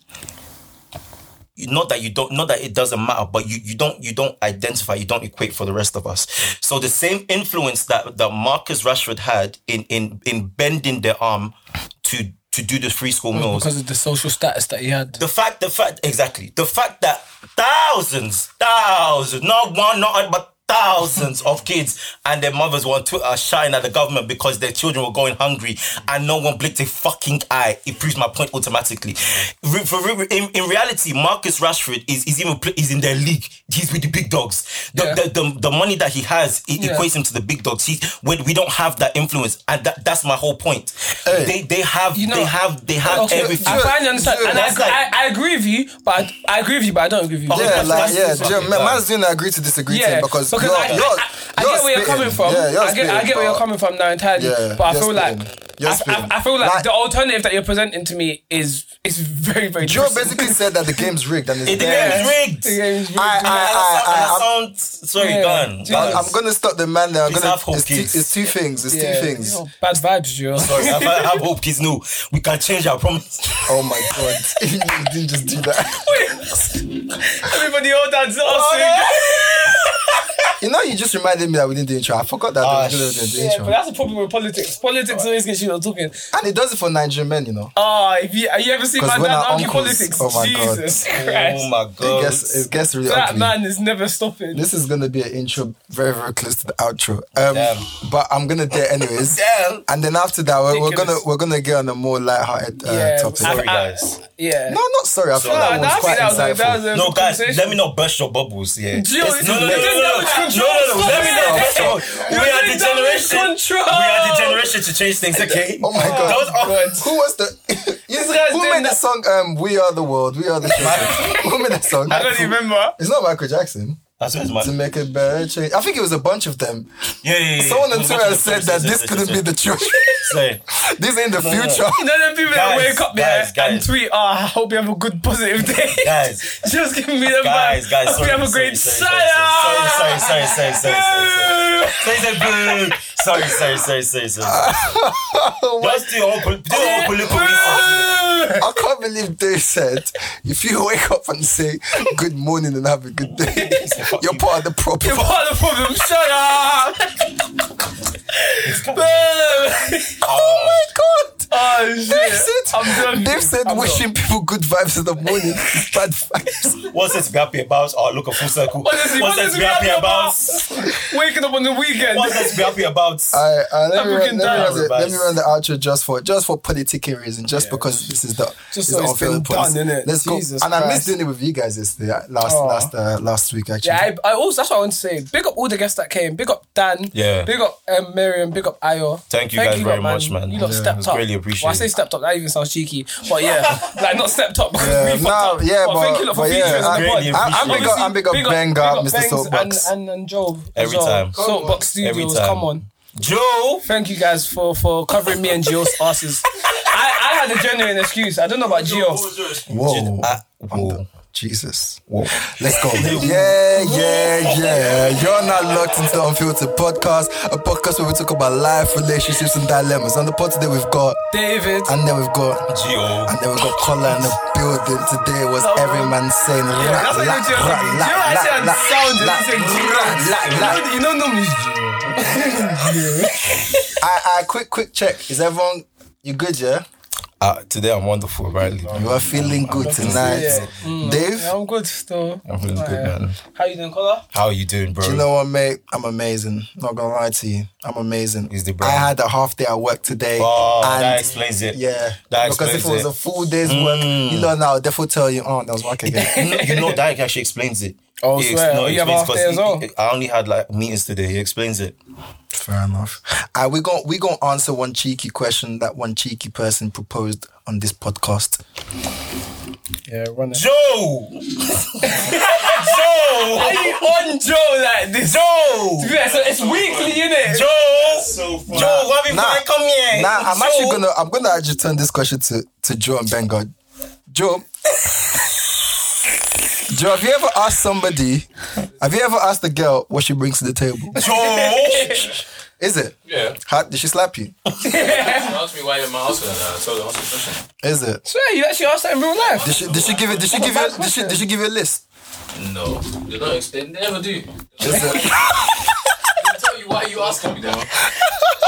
D: not that you don't not that it doesn't matter, but you, you don't you don't identify, you don't equate for the rest of us. So the same influence that, that Marcus Rashford had in in in bending their arm to to do the free school meals
A: Because of the social status that he had.
D: The fact, the fact, exactly. The fact that thousands, thousands, not one, not but thousands of kids and their mothers were on Twitter shouting at the government because their children were going hungry and no one blinked a fucking eye. It proves my point automatically. Re- for re- in, in reality, Marcus Rashford is, is even play- is in their league. He's with the big dogs. The,
A: Yeah.
D: the, the, the money that he has it
A: Yeah.
D: equates him to the big dogs. He, we, we don't have that influence, and that, that's my whole point. They they have
A: You know-
D: they have they have
A: Okay,
D: everything.
A: I finally understand,
D: Dude,
A: and I,
D: that's like-
A: I, I agree with you, but I, I agree with you, but I don't agree with you.
D: Okay,
C: Yeah,
D: that's-
C: like
D: that's
C: yeah,
D: fucking
C: Jim, man,
D: bad.
C: man's doing that agree to disagree
A: Yeah,
C: thing because, you're,
A: I,
C: you're,
A: I, I, I
C: you're
A: get where you're
C: spitting.
A: coming from.
C: Yeah, you're
A: I get, I
C: spitting,
A: get where you're
C: but-
A: coming from now entirely.
C: Yeah,
A: but I
C: you're
A: feel like
C: spitting. You're
A: I,
C: spitting.
A: I, I feel like,
C: Like-
A: the alternative that you're presenting to me is is very very.
C: Joe
A: depressing.
C: basically said that the game's rigged and it's
D: It
C: there.
D: yeah. rigged.
A: The game's rigged.
C: I- I-
D: I, sound sorry,
A: Yeah.
D: gone.
A: Yeah.
D: Gone.
C: I'm gonna stop the man there. I'm
D: Please
C: gonna.
D: have hope,
C: It's two,
D: kids.
C: it's two things. It's
A: Yeah,
C: two things.
A: yo, Bad vibes, Joe.
D: sorry. I, I have hope kids know we can change
A: *laughs*
D: our promise.
C: Oh my god! *laughs* you didn't just do that.
A: Everybody hold that zone.
C: You know, you just reminded me that we didn't do intro. I forgot that
D: Ah,
C: we didn't do the
A: Yeah,
C: intro.
A: but that's the problem with politics. Politics always gets you not talking.
C: and it does it for Nigerian men, you know.
A: Oh, if you, have you ever seen
C: 'Cause
A: my
C: when
A: dad
C: our
A: argue
C: uncles-
A: politics?
C: oh my God.
A: Jesus
D: oh
A: Christ.
D: my
C: It
D: god.
C: gets it gets really
A: That
C: ugly.
A: man is never stopping.
C: This is gonna be an intro very very close to the outro. Um,
D: Damn.
C: but I'm gonna do it anyways.
D: *laughs* Damn.
C: And then after that, we're, we're gonna
A: Ridiculous.
C: we're gonna get on a more lighthearted uh,
A: Yeah,
C: topic.
A: I-
D: Sorry, guys.
A: yeah.
C: No, not sorry. I feel
A: No,
C: that
A: that
C: was
A: was-
C: quite
A: that was-
C: insightful.
A: that was a
D: No,
A: good
D: guys,
A: conversation.
D: let me not burst your bubbles. Yeah.
A: Gio,
D: It's-
A: it's-
D: no, no, no, no,
A: you're doing
D: no, no,
A: damage control.
D: no, no, no, Let me not burst your. We
A: You're
D: are
A: doing
D: the
A: damage
D: generation.
A: control.
D: We are the generation to change things. Okay.
C: Oh my god.
D: That was awkward.
C: Who was the *laughs*
A: guy's
C: Who
A: doing
C: made the
A: that.
C: song um We Are the World, We Are the Children? Who made that song?
A: I don't remember.
C: It's not Michael Jackson.
D: That's what it's
C: To
D: my.
C: make a better change. I think it was a bunch of them.
D: Yeah, yeah, yeah.
C: Someone
D: yeah.
C: on Twitter said that this couldn't be the *laughs* children.
D: Sorry.
C: These ain't the future.
A: You know them people that
D: Guys,
A: wake up there
D: guys, guys.
A: and tweet, "Ah, I hope you have a good, positive day."
D: Guys.
A: *laughs* just give *laughs* me the
D: Guys,
A: vibe.
D: guys,
A: hope
D: sorry,
A: you have a
D: sorry,
A: great
D: sorry, sorry, sorry, sorry, sorry, sorry, sorry,
A: Boo!
D: Say say boo. Sorry, sorry, sorry, sorry, sorry. *laughs* Just do your own, pol- do your own political research.
A: *laughs* Boo!
C: I can't believe they said if you wake up and say good morning and have a good day, you're part of the problem.
A: You're part of the problem. Shut up. Boo! *laughs*
C: Oh my god!
A: Oh
C: They've
A: shit! I'm
C: said,
A: done.
C: they've said
A: I'm
C: wishing people good vibes in the morning is bad vibes.
D: What's it to be happy about? Oh, look a full circle.
A: Honestly,
D: What's it to be happy about?
A: done. Waking up on the weekend.
D: What's it to be happy about?
C: Alright, alright, let, me run, let, me
A: African
C: run the,
D: dialogue.
C: let me run the outro just for just for politicking reason, just because this is the
A: Just
C: this
A: so
C: is
A: it's
C: unfair
A: been
C: points.
A: done, innit?
C: Let's go.
A: Jesus
C: and I missed
A: Christ.
C: doing it with you guys yesterday, uh, last
A: Aw.
C: last uh, last week actually.
A: Yeah, I, I also that's what I want to say. Big up all the guests that came. Big up Dan.
D: Yeah.
A: Big up um, Miriam. Big up Ayo.
D: Thank you guys very much, man.
A: You lot
D: Yeah,
A: stepped
D: it's
A: up.
D: really appreciated.
A: Well, I say stepped up. That even sounds cheeky, but yeah,
C: *laughs*
A: like not stepped up *laughs* because
C: Yeah,
A: we fucked
C: no,
A: up.
C: yeah, but-
A: thank you lot for
C: but yeah,
A: featuring on the
D: I-
A: pod.
D: Really
C: I, am big up, I'm big up
A: Obviously,
C: Benga, Mr.
A: Bengs
C: Soapbox.
A: And, and, and Joe. as
D: Every
A: well.
D: time.
A: Soapbox Studios,
D: Every time.
A: come on.
D: Joe.
A: Thank you guys for for covering me and Gio's asses. I, I had a genuine excuse. I don't know about
C: *laughs*
A: Gio.
C: Whoa.
D: Uh, whoa.
C: Jesus. Let's
A: *laughs*
C: go. yeah, yeah, yeah. You're not locked into the Unfiltered podcast, a podcast where we talk about life, relationships, and dilemmas. On the pod today, we've got
A: David.
C: and then we've got
D: Gio.
C: and then we've got Collar in the building. Today was every man saying rah,
A: That's what you
C: rah,
A: do. Gio.
C: rah,
A: Gio,
C: rah,
A: I said
C: rah,
A: sound.
C: rah,
A: You said Gio.
C: rah, rah, rah.
A: You know normally it's Gio.
C: I, I, quick, quick check. Is everyone you good? Yeah,
D: Uh, today I'm wonderful, right?
C: you are feeling good tonight,
A: yeah.
D: Mm.
C: Dave.
A: Yeah, I'm good still.
D: I'm feeling good,
A: Alright.
D: man.
A: How you doing, Collar?
D: How are you doing, bro?
C: Do you know what, mate? I'm amazing. Not gonna lie to you, I'm amazing.
D: He's the
C: I
D: brand.
C: had a half day at work today.
D: oh, that
C: and
D: explains it.
C: Yeah,
D: That
C: because if it was
D: explains
C: a
D: it. Mm.
C: full day's work, you know now, definitely tell you, oh, that was
D: *laughs*
C: work again.
D: You know, you know, that actually explains it.
A: *laughs* Oh,
D: He
A: swear.
D: he
A: You have half
D: explains
A: day
D: 'cause
A: as well?
D: he- he- I only had like meetings today. He explains it.
C: Fair enough. Uh, we gon' we gonna answer one cheeky question that one cheeky person proposed on this podcast.
A: Yeah, run it.
D: Joe! Joe!
A: on Joe like this.
D: Joe!
A: Yeah, so it's weekly, innit?
D: Joe!
F: So far.
D: Joe, why before
C: Nah.
D: I come here?
C: Now I'm
D: Joe!
C: actually gonna I'm gonna actually turn this question to to Joe and Ben God.
D: *laughs*
C: Joe. Joe, have you ever asked somebody? Have you ever asked a girl what she brings to the table?
D: Joe!
C: Is it?
G: Yeah.
C: How, did she slap you?
G: She asked me why you're in my house and I told her, answer the question.
C: Is it?
A: Swear, you actually asked that in real life.
C: Did she, did she give it? Did she give you? Did she, did she give you a list?
G: No, they don't explain. They never do. They
C: Is it?
D: *laughs*
G: tell you why you asking me that.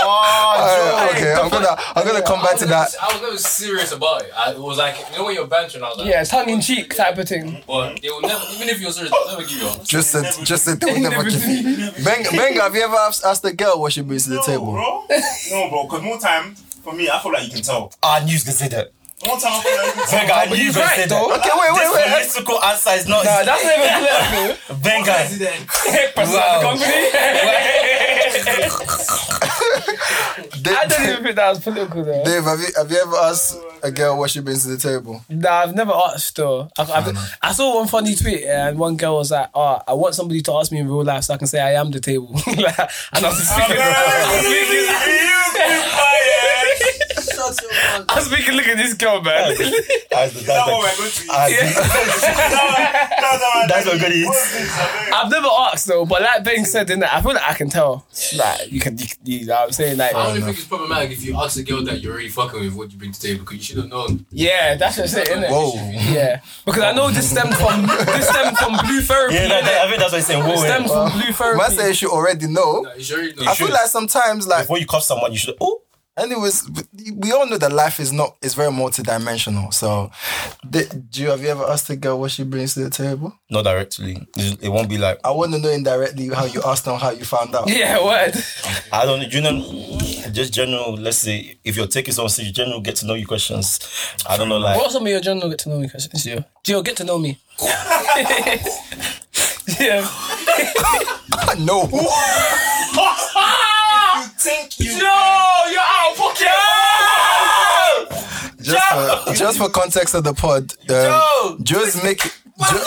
C: Alright, okay, I'm gonna I'm gonna come back to that.
G: I was never serious about it. I was like, you know when you're bantering, I was like,
A: Yeah, it's tongue in cheek type of thing.
G: But they will never, even if you're serious, they'll never give you up.
C: Just said, just said they would never give you. Benga, Benga, have you ever asked asked a girl what she brings to the
F: No,
C: table?
F: bro. No, bro. Because more time, for me, I feel like you can tell.
D: I knew you could say that.
F: More time, I feel like you can tell.
D: Venga, I knew you
A: he's
D: could
A: right,
D: say
A: though.
D: that.
C: Okay, wait, wait,
D: This *laughs*
C: wait.
D: political answer is not.
A: Nah, that's never political.
D: Venga.
A: Wow. I
C: Dave,
A: don't even think that was political though.
C: Dave, have you have you ever asked a girl what she brings to the table?
A: Nah, I've never asked though. I, I've, I saw one funny tweet and one girl was like, "Oh, I want somebody to ask me in real life so I can say I am the table." *laughs* and I was just speaking.
F: Oh,
A: I was speaking. Look at this girl, man.
D: That's the-
F: That's
D: that's
F: what
D: the-
F: we're going to eat.
D: as the-
F: That's
D: *laughs* That's what we're going to eat.
F: eat.
A: I've never asked though, but like Ben said, in that I feel like I can tell. Like you can, you, you know what I'm saying? Like,
G: I only think it's problematic if you ask a girl that you're already fucking with what you bring to the table because you should have known.
A: yeah, that's just it, innit?
C: Whoa.
A: Yeah, because I know this stemmed from this stemmed from blue therapy.
D: Yeah, that, that, I
A: innit?
D: think that's what he's saying.
A: It
D: Whoa,
A: stemmed
D: wait.
A: from blue therapy.
C: Man said she already know.
G: You should already know.
C: I feel like sometimes, like,
D: Before you cuff someone, you should. Oh,
C: anyways, we all know that life is not is very multidimensional. So, did, do you have you ever asked a girl what she brings to the table?
D: not directly. It it won't be like
C: I want to know indirectly how you asked them how you found out.
A: yeah, word.
D: I don't know. You know, just general. Let's say if you're taking someone serious, general get to know you questions. I don't know, like
A: What are some of your general get to know me questions, Gio? Gio, get to know me. *laughs* yeah.
C: No.
A: No, you're out of pocket.
C: just for, just for context of the pod, um, Joe's making. Joe,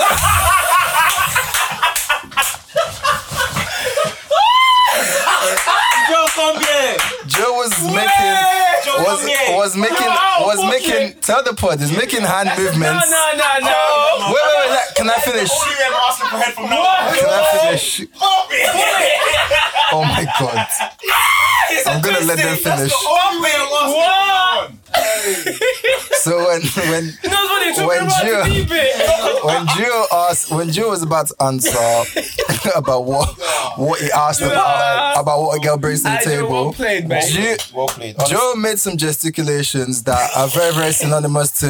C: Joe was making was was making was making tell the pod is making hand
A: No,
C: movements.
A: no, no, no.
C: Wait, wait, wait! like, Can I finish?
F: Only ever asking for head from now.
C: Can I finish? Oh my
A: *laughs*
C: god! I'm gonna let them finish.
F: What?
C: So when
A: *laughs*
C: when
A: You know what's funny? Talking
C: When
A: about
C: Gio-
A: the deep bit.
C: when Joe asked, when Joe was about to answer *laughs* about what what he asked about uh, about what a girl brings to the
A: I do
C: table,
A: one played, mate.
C: Joe,
D: well played.
C: Joe made some gesticulations that are very very synonymous to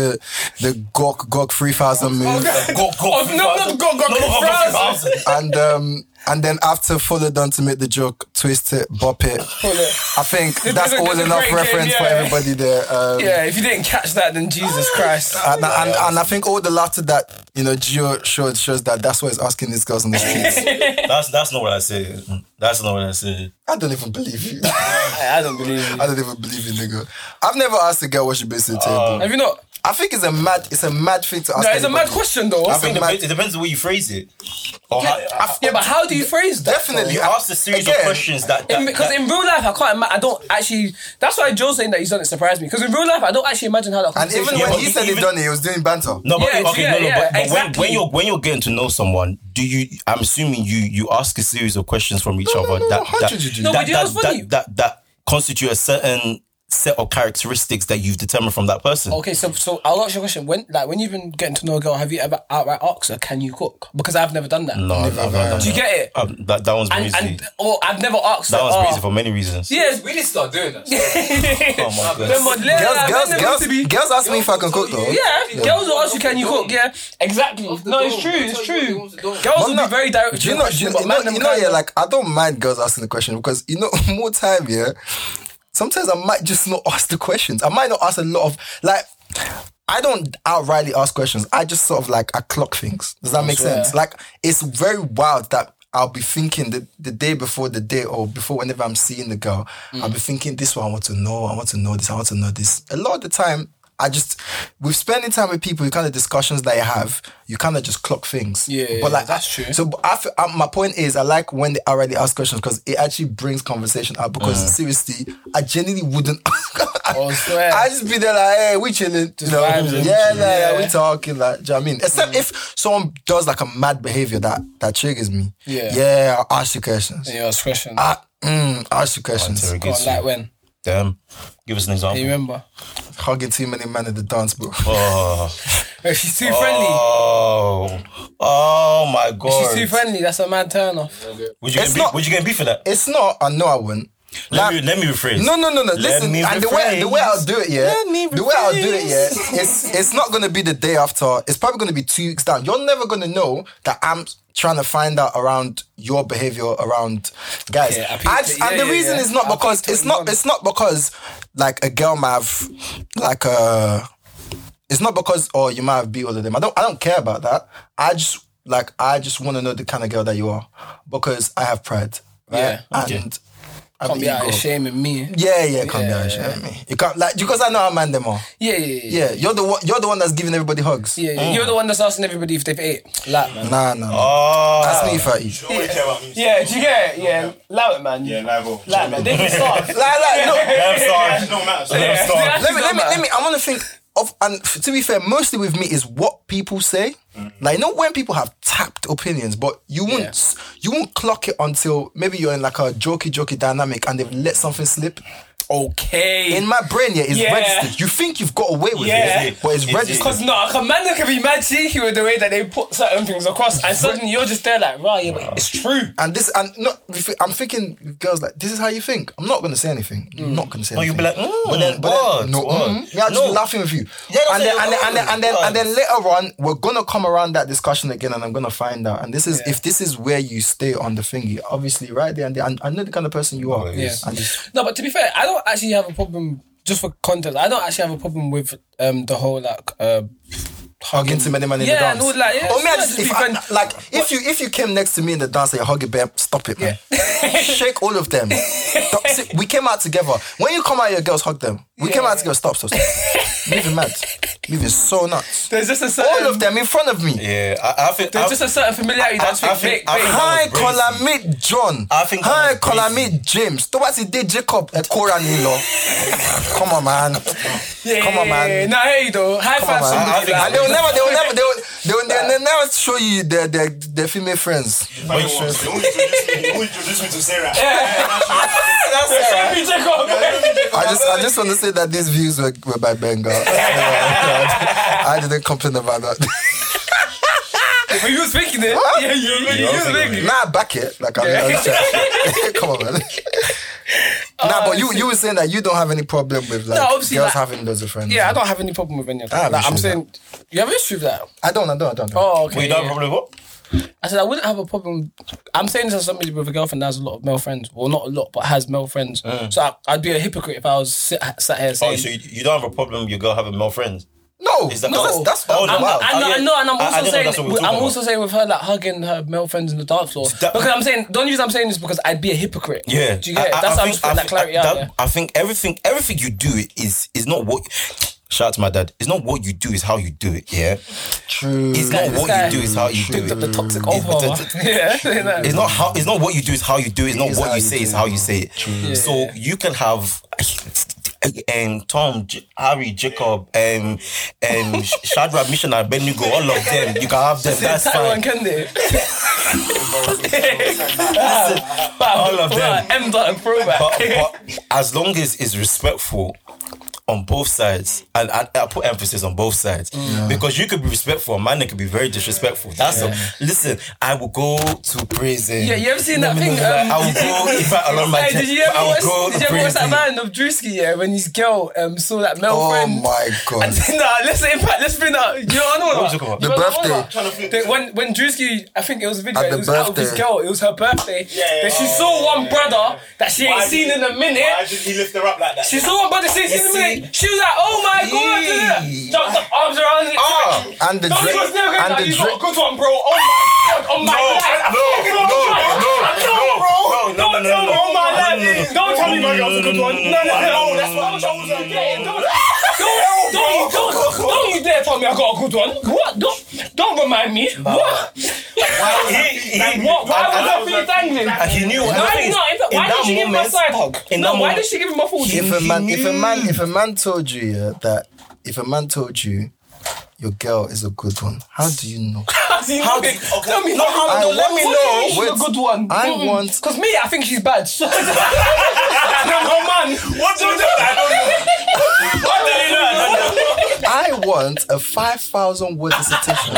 C: the Gok Gok three thousand move,
D: Go, go,
A: Oh, no, no, go, go, go, browse.
C: and um and then after followed on to make the joke, twist it, bop it.
A: Pull it.
C: I think that's
A: is a-
C: all
A: this is a
C: enough
A: great
C: reference
A: game,
C: for
A: yeah.
C: everybody there. Um,
A: Yeah, if you didn't catch that, then Jesus Christ.
C: And, and, and I think all the laughter that you know Gio showed shows that that's what he's asking these girls on the
A: *laughs*
C: streets.
D: That's that's not what I said. That's not what I said.
C: I don't even believe you.
A: *laughs*
C: *laughs*
A: I, I don't believe you.
C: I don't even believe you, nigga. I've never asked a girl what she brings to the table.
A: Have you not?
C: I think it's a mad, it's a mad thing to ask.
A: Oh. No, it's a mad
C: anybody.
A: question though.
D: I
C: think
D: think
C: it
D: it
C: might-
D: depends, it depends on the way you phrase it. Or how,
A: yeah, but how do you phrase that?
C: Definitely,
D: you
C: I-
D: ask a series
C: again,
D: of questions that. that-
A: Because
D: that-
A: in real life, I can't. Ima- I don't actually. That's why Joe's saying that he's done it surprised me. Because in real life, I don't actually imagine how that.
C: And
A: conversation
C: even
D: Yeah,
C: when
D: but
C: he
D: e-
C: said he
D: even-
C: done it, he was doing banter.
D: no, but
A: Yeah,
D: okay,
A: yeah,
D: no, no,
A: yeah,
D: but, but when,
A: exactly.
D: when you're when you're getting to know someone, do you? I'm assuming you you ask a series of questions from each other
C: no, no,
D: that
C: how
D: that,
C: did you do
A: No, but
D: that,
A: you know
D: that,
A: what's funny?
D: that that that constitute a certain set of characteristics that you've determined from that person.
A: Okay, so so I'll ask you a question. When like when you've been getting to know a girl, have you ever outright asked her, "Can you cook?" Because I've never done that.
D: No, I've, I've not done
A: Do you
D: that.
A: get it?
D: Um, that that one's
A: And,
D: breezy.
A: and or I've never asked.
D: that
A: her,
D: one's
A: oh,
D: breezy for many reasons.
A: Yes.
G: We didn't start doing that.
D: Oh my God.
A: Them mod- yeah,
C: Girls,
A: like,
C: girls,
A: men never
C: girls,
A: used to be-
C: girls ask me if I can cook though.
A: Yeah,
G: Yeah.
A: girls will ask you, "Can you
G: Off the
A: cook?"
G: dome.
A: Yeah, exactly.
G: Off the
A: No, it's
G: dome.
A: true.
G: They
A: It's
G: tell
A: true.
G: you what they want to do.
A: Girls
C: But
A: will
C: no,
A: be very direct.
C: Do you know,
A: with
C: do you,
A: questions, but
C: you know,
A: man them
C: you know,
A: kind
C: yeah,
A: of-
C: like I don't mind girls asking the question because you know, *laughs* more time, yeah. Sometimes I might just not ask the questions. I might not ask a lot of like. I don't outrightly ask questions. I just sort of like I clock things. Does that make sense? Like it's very wild that I'll be thinking the, the day before the day or before whenever I'm seeing the girl,
A: Mm.
C: I'll be thinking this one I want to know, I want to know this, I want to know this. A lot of the time, I just with spending time with people, you kind of discussions that you have, you kind of just clock things.
A: Yeah,
C: but like
A: that's true.
C: So but I feel, uh, my point is, I like when they already ask questions because it actually brings conversation up. Because seriously, I genuinely wouldn't. *laughs*
A: Oh, swear.
C: I just be there like, hey, we chilling. You know?
A: vibes and
C: Yeah,
A: chill.
C: nah, yeah, we
A: Yeah. Mm.
C: talking. Like, do you know what I mean? Except if someone does like a mad behavior that that triggers me.
A: Yeah.
C: yeah, I'll ask you questions.
A: Yeah, it's question.
C: I, mm, I'll ask you questions.
A: Go
D: Interrogates
A: on,
D: you.
A: like when?
D: Damn. Give us an
A: You
D: example.
A: remember? *laughs*
C: Hugging too many men at the dance, bro.
D: Oh,
A: If she's too friendly,
D: oh, oh my
A: she's
D: god!
A: too friendly. That's a mad turn off.
D: Would you
C: It's
D: get beef,
C: not-
D: would you get beef for that?
C: It's not. I know I wouldn't.
D: Let me let me rephrase.
C: No, no, no, no. Listen,
D: me
C: and the way the way I'll
D: rephrase.
C: do it, yeah.
D: Let me
C: The way I'll do it,
D: rephrase.
C: yeah. It's it's not gonna be the day after. It's probably gonna be two weeks down. You're never gonna know that I'm trying to find out around your behavior around guys.
A: Yeah, I peeped
C: I-
A: it.
C: and
A: Yeah,
C: the
A: yeah,
C: reason
A: yeah.
C: is not
A: I
C: because
A: peeped it
C: it's
A: in
C: not
A: one.
C: it's not because like a girl might have like a. It's not because oh you might have beat all of them. I don't I don't care about that. I just like I just want to know the kind of girl that you are because I have pride. Right?
A: Yeah,
C: And I have
A: Can't be
C: ego.
A: out of shaming me.
C: Yeah, yeah, come down, shit, me. You can't like because I know how man them are.
A: Yeah, yeah, yeah.
C: Yeah, you're the one, you're the one that's giving everybody hugs.
A: Yeah, yeah. You're the one that's asking everybody if they've ate. Like, man.
C: Nah, nah. nah.
D: Oh,
C: Ask me if I eat.
F: Don't really care about me.
A: Yeah, do you get it? Yeah, allow it, man.
F: Yeah, liable.
A: Allow it, man. They can *laughs* start.
C: Like, like, no.
A: *laughs*
D: I'm sorry.
F: It don't matter.
D: I'm sorry.
C: let me, let me, let me. I want to think of, and f- to be fair, mostly with me is what people say. Like, not when people have tapped opinions, but you won't, s- you won't clock it until maybe you're in like a jokey, jokey dynamic, and they've let something slip. Oh,
A: Okay.
C: In my brain, yeah, it's
A: Yeah.
C: registered. You think you've got away with
A: Yeah.
C: it, but it's
D: It's-
C: registered.
A: Because no, a commander can be mad cheeky with the way that they put certain things across, and suddenly you're just there like, right, yeah, but it's true.
C: And this, and not, I'm thinking, girls, like, this is how you think. I'm not going to say anything. I'm not going to say
D: But
C: anything.
D: you'll be like, mm,
C: but then, but
D: what?
C: then, no,
D: what?
C: mm, yeah, I'm just laughing with you.
D: Yeah,
C: and, then,
D: that's
C: and, then,
D: it.
C: and then, and then, and then later on, we're gonna come around that discussion again, and I'm gonna find out. And this is if this is where you stay on the thingy, obviously, right there and there. And I know the kind of person you are.
D: Yeah.
C: And just,
A: No, but to be fair, I don't actually have a problem. Just for context, I don't actually have a problem with um the whole like uh,
C: hugging too many men in
A: Yeah,
C: the dance.
A: no, like, yeah,
C: oh, man,
A: it's
C: just,
A: not
C: if
A: just
C: I,
A: even-
C: like if you if you came next to me in the dance and you hug it, babe, stop it, man.
A: *laughs*
C: Shake all of them. Stop- see, we came out together. When you come out, your girls hug them. We came out together. Stop, stop, stop. Moving mad. Moving so nuts.
A: there's just a certain
C: All of them in front of me.
D: Yeah, I, I think
A: there's
D: I,
A: just a certain familiarity
D: I- I-
A: that's
D: I
A: with
D: think-
A: Vic.
D: I think-
A: Vic.
C: Hi,
D: That was
C: call me John.
D: I think that
C: Hi,
D: was
C: call
D: crazy.
C: me James. To what did Jacob and Cora Nilo? Come on, man.
A: Yeah,
C: Come on, man.
A: Nah, hey though, high
C: Come on,
A: five
C: man.
D: I- I
A: somebody.
D: think-
A: like,
C: And they will never, they will never, they will, they will, they will never show you their their, their female friends.
F: But you want- you introduce me- you introduce me to Sarah. Yeah.
A: *laughs* that's it. Baby Jacob. *laughs*
C: I just, I just want to say that these views were, were by Bengal. Oh, God. I didn't complain about that. *laughs*
A: But you was thinking it. Yeah, you, you,
D: I
A: was
D: was thinking
A: thinking.
D: it.
C: nah, back it. Like, I mean, I was- *laughs* come
A: *laughs*
C: on, man. nah, but you, you were saying that you don't have any problem with like
A: Oh, No,
C: girls
A: obviously, like-
C: having loads of friends.
A: Yeah, I don't have any problem with any of
C: I have
A: that. Like,
C: issue
A: I'm
C: with
A: saying, you have an issue with that.
C: I don't, I don't, I don't. I don't.
A: Oh, okay.
D: we don't
A: yeah.
D: have a problem. What?
A: I said I wouldn't have a problem. I'm saying this as somebody with a girlfriend that has a lot of male friends. Well, not a lot, but has male friends. So I, I'd be a hypocrite if I was sit, sat here
D: Mm. Oh,
A: saying.
D: so you, you don't have a problem? Your girl having male friends?
C: No,
D: Is that-
C: no,
D: No.
C: that's, that's
D: Oh, no.
A: I'm,
D: wow.
A: I,
D: Oh,
A: know,
D: yeah.
A: I know, and I'm
D: I- I
A: also
D: didn't know
A: saying,
D: that's what we were
A: I'm
D: talking
A: also saying with her like hugging her male friends in the dance floor
D: that-
A: because I'm saying, don't use I'm saying this because I'd be a hypocrite.
D: Yeah,
A: do you get it? That's how I'm just putting that clarity
D: I,
A: out
D: that-
A: there.
D: I think everything everything you do is is not what Shout out to my dad. It's not what you do, it's how you do it. Yeah.
C: True.
D: It's not
A: this
D: what
A: guy
D: you do, it's how you do
A: Picked up
D: it.
A: the toxic
D: *laughs* It's-
A: offer. *laughs* yeah.
D: It's not how it's not what you do, it's how you do it. It's not
C: is
D: what
C: how
D: you
C: you
D: say,
C: do
D: it's
C: it.
D: how you say it.
A: Yeah.
D: So you can have um, Tom, J- Harry, Jacob, um,
C: *laughs*
D: um, Sh- Shadrach, Mishan, and Abednego, all of them. You can have them. That's
A: Taiwan
D: fine.
A: can
D: *laughs*
A: they?
D: All of them.
A: M dot and throwback.
D: but, but as long as it's respectful on both sides, and, and I put emphasis on both sides
C: Mm.
D: because you could be respectful, a man that could be very disrespectful. That's a, listen. I will go to prison.
A: *laughs* Yeah, you ever seen that thing? um,
D: I will go in fact along my
A: Hey,
D: chest,
A: did you ever
D: I will
A: watch,
D: go
A: did
D: to
A: you ever watch
D: prison.
A: that man of Drewski, yeah, when his girl um, saw that male
C: Oh
A: friend? *laughs*
C: my
A: And
C: god.
A: nah, let's in fact, let's bring that. You know what I know about?
D: was it called?
A: You
C: The
A: know what I know
C: birthday.
A: about? They- when when Drewski, I think it was a video.
C: At
A: It
C: the
A: was out of his
C: birthday.
A: girl. It was her birthday.
F: yeah,
A: Then she
F: yeah,
A: saw
F: yeah,
A: one
F: yeah,
A: brother that she ain't
F: Why
A: seen
F: did-
A: in a
F: Why
A: minute.
F: did he lift her up like that?
A: She saw one brother she ain't seen in a minute. She was like, "Oh my god!"
C: Yee.
A: Jumped up, arms around it.
D: Ah,
C: And the
A: Don't
C: drink.
A: trust never
C: And
A: gonna
C: the
A: you got a
C: drink.
A: good one, bro. Oh my god, on my life.
D: no, no, no, no, no, no,
A: Oh my
D: no, no, no,
A: life. Don't tell me my girl's a good one. No, no, no. That's what I'm trying to say. Don't, don't, don't, don't, don't you dare tell me I got a good one. What? Don't, don't remind me. What? Like, what? Why was her feet dangling?
D: And he knew. and the
A: Why
D: thing is,
A: not? In fact, Why
D: in
A: did
D: that
A: she give him a
D: moment-
A: side hug?
D: In
A: No,
D: that
A: why
D: moment-
A: did she give him a full
C: If a
D: He
C: man, if a man,
A: *laughs*
D: knew.
C: if a man told you yeah, that, if a man told you, your girl is a good one, how do you know?
A: How did? Tell me, not
C: I
A: how.
C: want-
A: Oh, Let me
C: what do you
A: know.
C: mean she's a
A: She's a
C: Wait.
A: good one.
C: I want.
A: Because me, I think she's bad. *laughs* So- no, man.
F: What do you do? I don't know. What do you know?
C: I want a five thousand word dissertation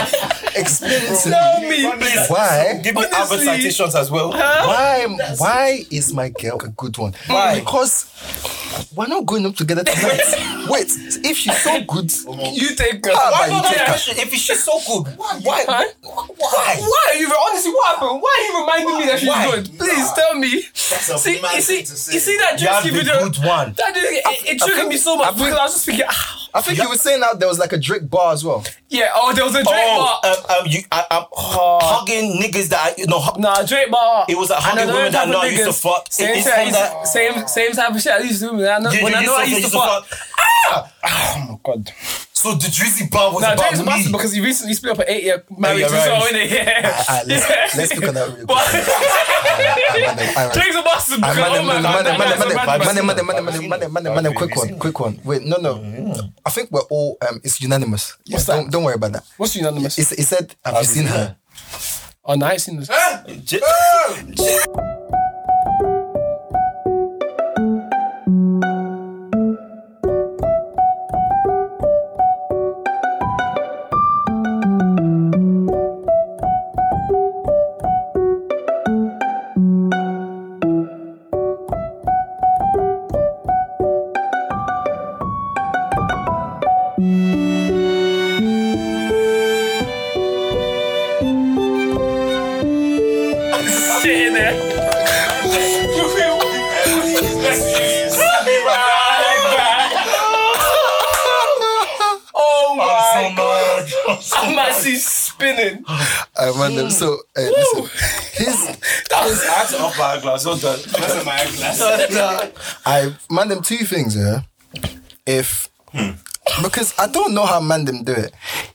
C: explaining to
A: Tell
C: me
A: me,
D: Please,
C: why.
D: give me other
A: Honestly.
D: citations as well.
C: Why? Why is my girl a good one? Why? Because we're not going up together tonight. Wait, if she's so good,
A: You take her.
C: Ah,
D: Why
C: but
D: not
C: you
D: that
C: take her.
D: question? If she's so good, why?
A: Huh?
D: Why?
A: Why are you honestly? What happened? Why are you reminding me that she's
D: Why?
A: good? Please tell me.
F: a
A: see,
F: mad
A: you see,
F: thing to say.
A: you see that
D: You have
A: Drewski
D: the
A: video.
D: good one.
A: That Drewski, it, it
C: I
A: triggered
C: think-
A: me so much
C: I think-
A: because I was just thinking, ah,
C: I think you were saying out there was like a Drake bar as well.
A: yeah. Oh, there was a Drake
D: Oh,
A: bar.
D: um, um, you, I, I'm hugging niggas that I, no, hu-
A: Nah, Drake bar.
D: It was a hugging
A: Another
D: woman that
A: type of
D: I know I used to
A: niggas.
D: fuck. It-
A: Same
D: it's
A: type-
D: from that-
A: same same type of shit I used to do. When I know,
D: you-
A: when
D: you
A: I, know
D: Ah!
A: I used to fuck.
D: So the Drizzy bar was
A: Now,
D: about
A: James Master
D: me.
A: because he recently split up an eight-year marriage
D: Eight-year
A: as well,
D: marriage.
A: innit? Yeah.
C: Ah, let's-
A: Yeah.
C: let's look at that real
A: *laughs* But-
C: quick.
A: James Master because, oh my God, that guy's a bad man.
C: Money, money, money, money, money, money, money, quick one, quick one. Wait, no, no. I think we're all um, it's unanimous. Yeah,
A: Mm. What's that?
C: don't, don't worry about that.
A: What's unanimous?
C: It's, it said, have you seen her?
A: Oh, no, I ain't seen this.
D: J-
A: Oh Shit *laughs* in there. Oh my
D: I'm so mad.
A: I'm actually spinning.
C: I want
A: Mm.
C: them. So, uh, listen, his,
D: I had to off my glass. Well done.
F: That's my glass.
C: I man them two things, yeah. If because I don't know how man them do it.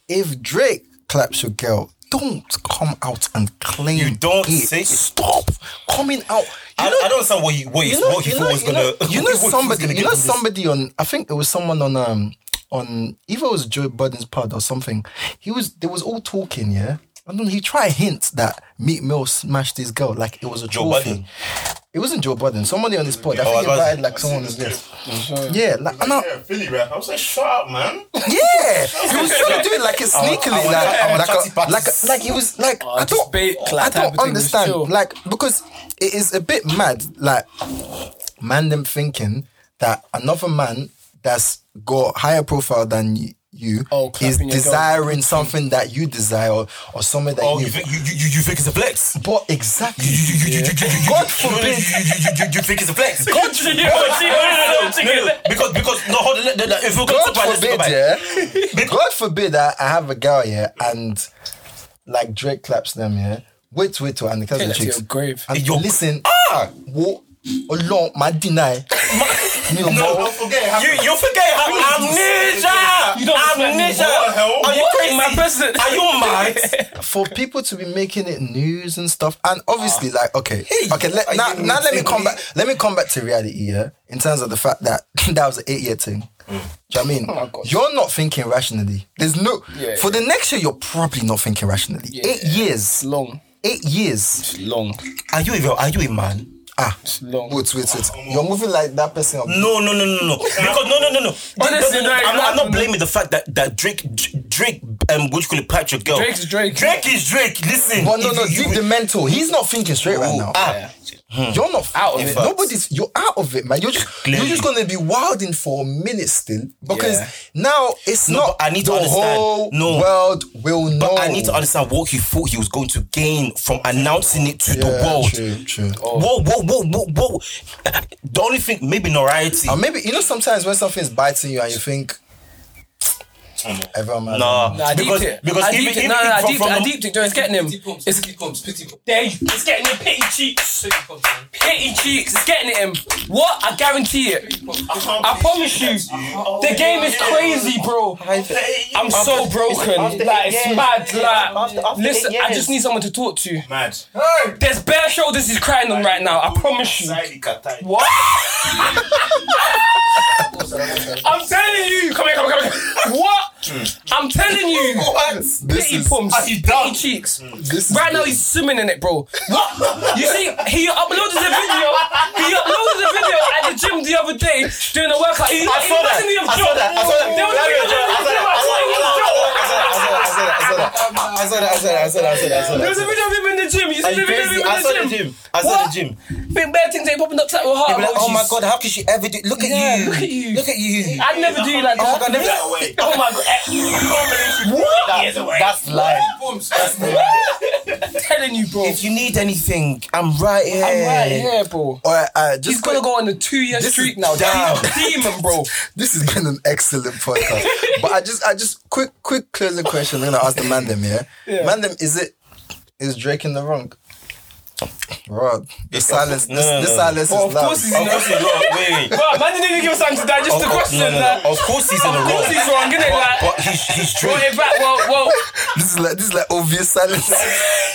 C: If Drake claps your girl, don't come out and claim.
D: You don't
C: it.
D: say-
C: stop coming out. You
D: I,
C: know-
D: I don't understand what he what he,
C: you know,
D: what he
C: you
D: thought
C: know,
D: was
C: you
D: gonna.
C: know, you know
D: *laughs* what he was
C: somebody,
D: gonna
C: you
D: get
C: know
D: from this.
C: somebody on. I think it was someone on um on either it was Joe Biden's pod or something. He was they was all talking, yeah. And then he tried hint that Meat Mill smashed his girl like it was a
D: Joe
C: trophy.
D: Budden. Oh,
C: It wasn't Joe Budden. Somebody on his pod. I
D: I was
C: think he
D: about to-
C: invited like someone on his list. Yeah, like and I,
F: Yeah, Philly rap. I was like, shut up, man.
A: *laughs*
C: yeah, he was trying to do it
D: *laughs*
C: like it's sneakily,
D: want-
C: like,
D: I want Oh,
C: like,
D: chatty
C: a,
D: patties.
C: like, a- like he was like, I
A: just
C: don't,
A: bait, like,
C: I
A: type of
C: don't
A: thing, just
C: understand,
A: chill.
C: like because it is a bit mad, like man them thinking that another man that's got higher profile than y- you
A: Oh,
C: is
A: clapping your girl.
C: desiring something that you desire or, or something that
D: Oh,
C: you.
D: you think you, you, you you think it's a flex?
C: but exactly,
D: You- you- you- you- you- you- you-
C: God
D: you- you-
C: forbid.
D: You, you, you, you think it's a flex?
A: God, you know,
D: No, no, no, because because no, hold on. let- let- let- If we're gonna talk
C: God
D: about this,
C: forbid,
D: about it.
C: yeah. God forbid I, I have a girl, yeah, and like Drake claps them, yeah. Wait, wait, wait, and the cousin
A: Take that to
C: chicks.
A: your grave.
C: And
D: Your-
C: listen, ah, what? Alone, my deny. You know,
F: Don't forget it
D: You
F: happened.
D: you forget how amnesia.
A: You don't respect me.
D: amnesia.
F: What the hell?
D: Are you
A: What?
D: crazy?
A: My president.
D: Are you mad?
C: for people to be making it news and stuff, and obviously, like, okay,
D: Hey,
C: okay, let,
D: are
C: now,
D: you
C: now let me come
D: thinking?
C: back. Let me come back to reality, yeah. In terms of the fact that *laughs* that was an eight-year thing. Do you know what I mean? you're not thinking rationally. There's no
A: Yeah,
C: for the next year. You're probably not thinking rationally. Eight
A: It's
C: years.
A: long.
C: Eight years.
A: It's long.
D: Are you even? Are you a man?
C: Ah,
A: It's long.
C: wait, wait, wait. You're moving like that person. up.
D: No, no, no, no, no. Because no, no, no, no.
A: Honestly,
D: no, no, no.
A: no,
D: I'm,
A: no,
D: I'm not
A: no.
D: blaming the fact that that Drake, Dr- Drake, um, what you call it, piped your girl.
A: Drake's Drake.
D: Drake is Drake. Listen.
C: But no,
D: if
C: no,
D: you-
C: deep the mental. He's not thinking straight right now.
D: Ah,
C: You're not
A: Out of it.
C: Nobody's. You're out of it, man. You're just.
D: Clearly.
C: You're just gonna be wilding for a minute still because
A: Yeah.
C: now it's
D: No,
C: not.
D: but I need to
C: the
D: understand.
C: whole
D: No.
C: world will know.
D: I need to understand what he thought he was going to gain from announcing it to the
C: Yeah,
D: world.
C: True, true.
D: Whoa, whoa, whoa, whoa, whoa. The only thing, maybe notoriety.
C: And maybe you know sometimes when something's biting you and you think everyone man.
D: Nah,
A: Nah, I
D: because
A: deeped it.
D: because
A: I
D: even,
A: deeped it.
D: even
A: No, no, I
D: from,
A: deeped it.
D: from
A: I
D: the-
A: deeped it. Joe, It's getting him.
G: Pity pumps,
A: It's
G: pity pumps, pity pumps.
A: there. you- It's getting him. Pity cheeks.
G: Pity pumps, man.
A: Pity cheeks. It's getting at him. What? I guarantee it.
G: Pity pumps.
A: I promise you. The game is crazy, bro. I'm so broken. Like it's mad. Like listen, I just need someone to talk to.
F: Mad.
A: There's bare shoulders he's crying on right now. I promise you.
F: Slightly katai.
A: What? I'm telling you. Come here, come here, come here. What? I'm telling you. What?
C: This
A: Pity
C: is-
A: pumps. Pity cheeks.
C: This is
A: Right now he's swimming in it, bro. What? You see, he uploaded a video. He uploaded a video at the gym the other day during a workout.
F: I
A: He, he
F: saw that.
A: wasn't even
F: I saw
A: drunk.
F: that. I saw that.
A: There was a video during the gym. I saw he was drunk.
C: I saw that. I saw that. I saw that. I saw that. I saw
A: There
C: that.
A: was a video of him in the gym. You see the video of him in
D: I saw the
A: the gym.
D: gym. I saw
A: What?
D: the gym.
A: Big bad things ain't popping up to your heart.
D: Be like,
A: emojis.
D: oh my god, how could she ever do? Look at
A: Yeah,
D: you.
A: look at you.
D: Look at you.
A: I'd never do you like
D: Oh my
A: that.
D: god, never
F: Get away. *laughs*
A: Oh my god. What?
D: That's life.
G: Pumps, that's the
A: I'm telling you, bro.
D: If you need anything, I'm right here.
A: I'm right here, bro.
C: All right, all right,
A: He's
C: just
A: gonna go on a two-year
C: This is
A: streak now.
C: damn.
A: Demon, bro.
C: this has been an excellent podcast.
A: *laughs*
C: but I just, I just quick, quick closing question. Then I ask the man them, yeah? Man them, is it is Drake in the wrong? Rod, the silence,
D: no,
C: this,
D: no,
C: the
D: no.
C: silence is
A: Well, of
C: loud.
A: course he's
D: Of course he's wrong. Wait, wait.
A: Bro, man didn't even give us time to digest the
D: Of course,
A: question.
D: Oh, no, no,
A: like,
D: no. Of course he's in the
A: Of course
D: wrong.
A: he's wrong, innit? Like,
D: But he's, he's
A: brought
D: Drake.
A: it back. Well, well,
C: This is like this is like obvious
A: *laughs*
C: silence.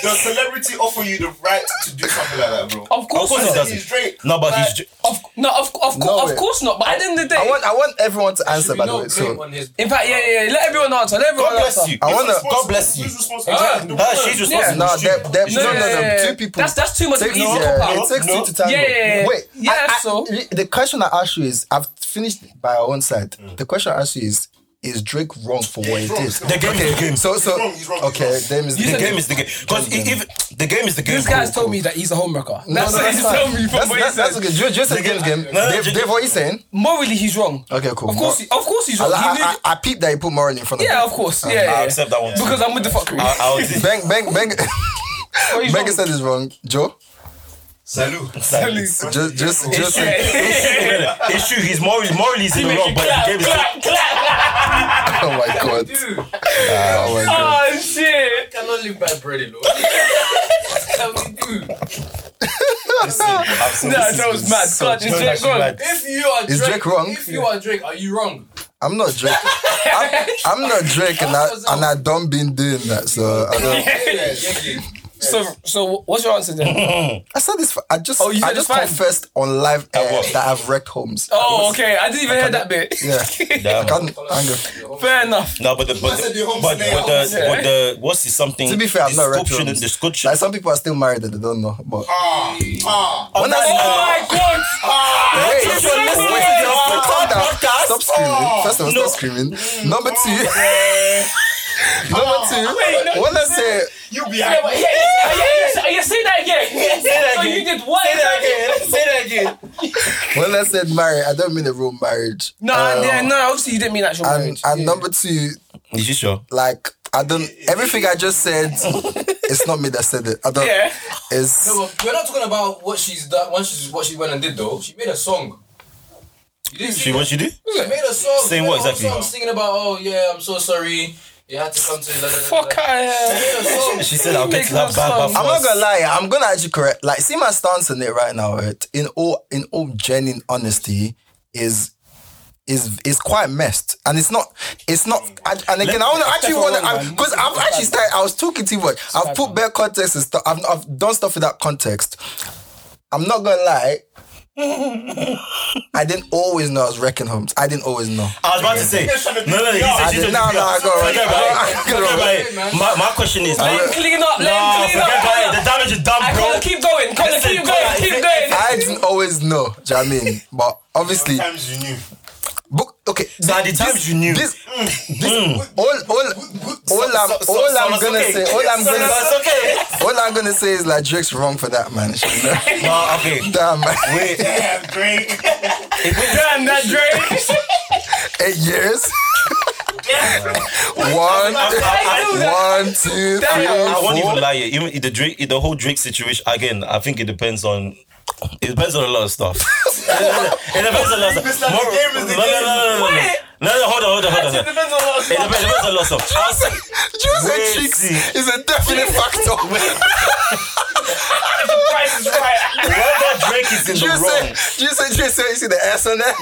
F: Does celebrity offer you the right to do something like that, bro?
A: of course,
D: Of course he
A: not.
D: doesn't.
F: He's Drake.
D: No, but he's. Dra-
A: Of, no, of, of,
C: No
A: course,
C: way.
A: of course not. But at the end of the
C: I
A: day,
C: want I want everyone to answer
G: Should
C: by
G: we
C: the way.
G: not blame
C: So
G: on his
A: in fact, yeah, yeah, yeah, let everyone answer. Let everyone
D: God bless
A: answer.
D: you.
C: I wanna
F: Responsible.
D: God bless you.
F: Who's responsible?
A: Ah,
F: The
D: Nah,
F: woman.
D: she's responsible.
C: no,
D: She-
C: they're, they're, no, no, no,
A: yeah,
C: two
A: yeah.
C: people.
A: That's that's too much of
C: Take-
A: easy
C: no,
A: cop out.
C: it takes
D: No.
C: two to tango.
A: Yeah, yeah, yeah.
C: Wait,
A: Yeah,
C: I- I-
A: so-
C: the question I asked you is I've finished by our own side. The question I asked you is is Drake wrong for what he
F: wrong,
C: did?
F: he's wrong.
D: The game is the game.
C: So so
F: wrong, he's wrong,
C: okay,
F: he's
C: them is
D: The
C: the
D: game is the game. Because if the game is the game.
A: These guys told me that he's a homewrecker. *laughs* that's what
C: that's
A: he's
C: fine.
A: telling me from
C: That's,
A: what he
C: that's, that's
A: said.
C: okay. Just, just the game's game.
D: no,
C: Dave,
D: just-
C: Dave, what are you saying?
A: Morally, he's wrong.
C: Okay, cool.
A: Of course, he, of course, he's
C: I,
A: wrong. He
C: I,
A: did-
C: I, I peeped that he put Morin in front of
A: yeah,
C: him.
A: of course. Yeah, yeah.
D: I accept that one.
A: because I'm with the fuckery.
D: I, I was
A: *laughs*
C: Bang, bang, bang.
A: Oh, he's
C: Megan
A: wrong.
C: said it's wrong. Joe?
F: Salute.
D: Salute.
C: Just, just, just.
A: Yeah, yeah,
D: It's true. He's morally, morally he's in the wrong, but the game is. the-
A: clap, clap.
C: *laughs* Oh my god. Oh my god.
A: Oh shit!
G: cannot live by
C: *laughs*
G: bread alone. What can we do?
D: Absolutely.
A: Nah, that was mad.
C: so
A: God, just
D: No,
A: Drake
D: that's
A: wrong.
D: mad.
G: If you are
C: Is
G: Drake,
C: Drake wrong?
G: If you are Drake, are
C: *laughs*
G: you wrong?
C: I'm not Drake. I'm, I'm not Drake,
A: *laughs*
C: and I and I don't been doing that. So I don't.
G: Yeah, yeah, yeah.
A: So, so what's your answer then?
C: I said this. I just.
A: Oh, you said
C: I just
A: it's fine.
C: confessed on live air
D: what?
C: that I've wrecked homes.
A: Oh, okay. I didn't even hear that bit.
C: Yeah.
A: *laughs*
D: Yeah.
C: I can't anger.
A: Fair enough.
D: No, but the but
F: said
D: the,
F: the home
D: but, but
F: slayer.
D: the but the what's it something?
C: To be fair, I'm not wrecked
D: description,
C: homes.
D: description.
C: Like some people are still married and they don't know. But
F: Ah, ah.
C: when I
A: Oh
C: see-
A: my god!
C: wait,
D: That's
C: wait,
D: what you're
C: wait,
D: listening
C: wait,
D: to.
C: calm down.
D: Podcast.
C: Stop screaming.
D: Oh.
C: First of all,
D: No.
C: stop screaming. Number two. *laughs* Number
A: Oh, Wait,
C: two.
A: no,
C: When I say
F: You be
D: Oh,
A: Yeah, but
F: happy.
A: yeah,
F: *laughs*
A: yeah, yeah, yeah, yeah, say that again. Say that again. So you did what? Say that again.
C: when I said married, I don't mean a real marriage.
A: No,
C: Um,
A: yeah, no. Obviously, you didn't mean actual
C: And
A: marriage.
C: and number two,
D: Is you sure?
C: like I don't. Everything I just said, it's not me that said it. I don't.
A: Yeah.
C: It's
G: No, but we're not talking about what she's done. What she's what she went and did though. She made a song. You didn't see
D: She
G: that?
D: what you do?
G: She made a song.
D: Saying what
G: She made a whole
D: exactly?
G: Song singing about oh yeah, I'm so sorry. You had to come to. La, la, la, la,
A: Fuck
G: la.
A: out
G: She made a song.
D: She said I'll get to that
A: Make
D: bad
A: love
D: bad
A: song.
C: I'm not
D: first.
C: gonna lie, I'm gonna actually correct like see my stance on it right now, right? In all in all genuine honesty, is is is quite messed, and it's not it's not. And, and again, I want to actually want to because I've actually started. I was talking to you, but I've put bare context and stuff. I've, I've done stuff without context. I'm not gonna lie. I didn't always know I was wrecking homes. I didn't always know.
D: I was about to say. No, no, no. He
C: I
D: said she
C: didn't.
D: took
C: No, no, I got
D: Forget about it.
C: right. I
D: Forget
C: got right.
D: about it. My, my question is.
A: Let him clean up. Let
D: Nah,
A: him clean
D: forget about it. The
A: up.
D: damage is done,
A: I
D: bro.
A: can't keep going. Connor,
D: Listen,
A: keep going.
D: Connor,
A: Keep
D: if-
A: going.
C: I didn't always know. Do you know what I mean? But obviously,
F: Sometimes you knew.
C: book. Okay,
D: So at the times you knew.
C: This, this,
D: Mm.
C: all, all, all I'm,
D: So- so-
C: all
D: so
C: I'm
D: it's
C: gonna
D: okay.
C: say, all I'm
D: So
C: gonna,
D: it's okay.
C: all I'm gonna say is like Drake's wrong for that man.
D: Nah, okay.
C: Damn
D: *laughs*
C: man,
D: Wait.
F: Yeah, great.
A: Damn that Drake.
C: eight years. one, one,
D: I-
C: two,
D: I won't
C: three, four.
D: even lie. Even the Drake, the whole Drake situation. Again, I think it depends on. It depends on a lot of stuff. *laughs* it depends on a lot of stuff. More-
F: game is the
D: No, no, no, no, no, no. No, no, hold on, hold on, hold on. It
A: Depends on what
D: depends, it depends on a lot of stuff. I'll say-
C: Just
D: Wait,
C: a cheeks
D: see.
C: is a definite factor.
A: price is right.
D: Whether Drake is in the
C: Just
D: wrong,
C: say, just say, just say, you see the S on there.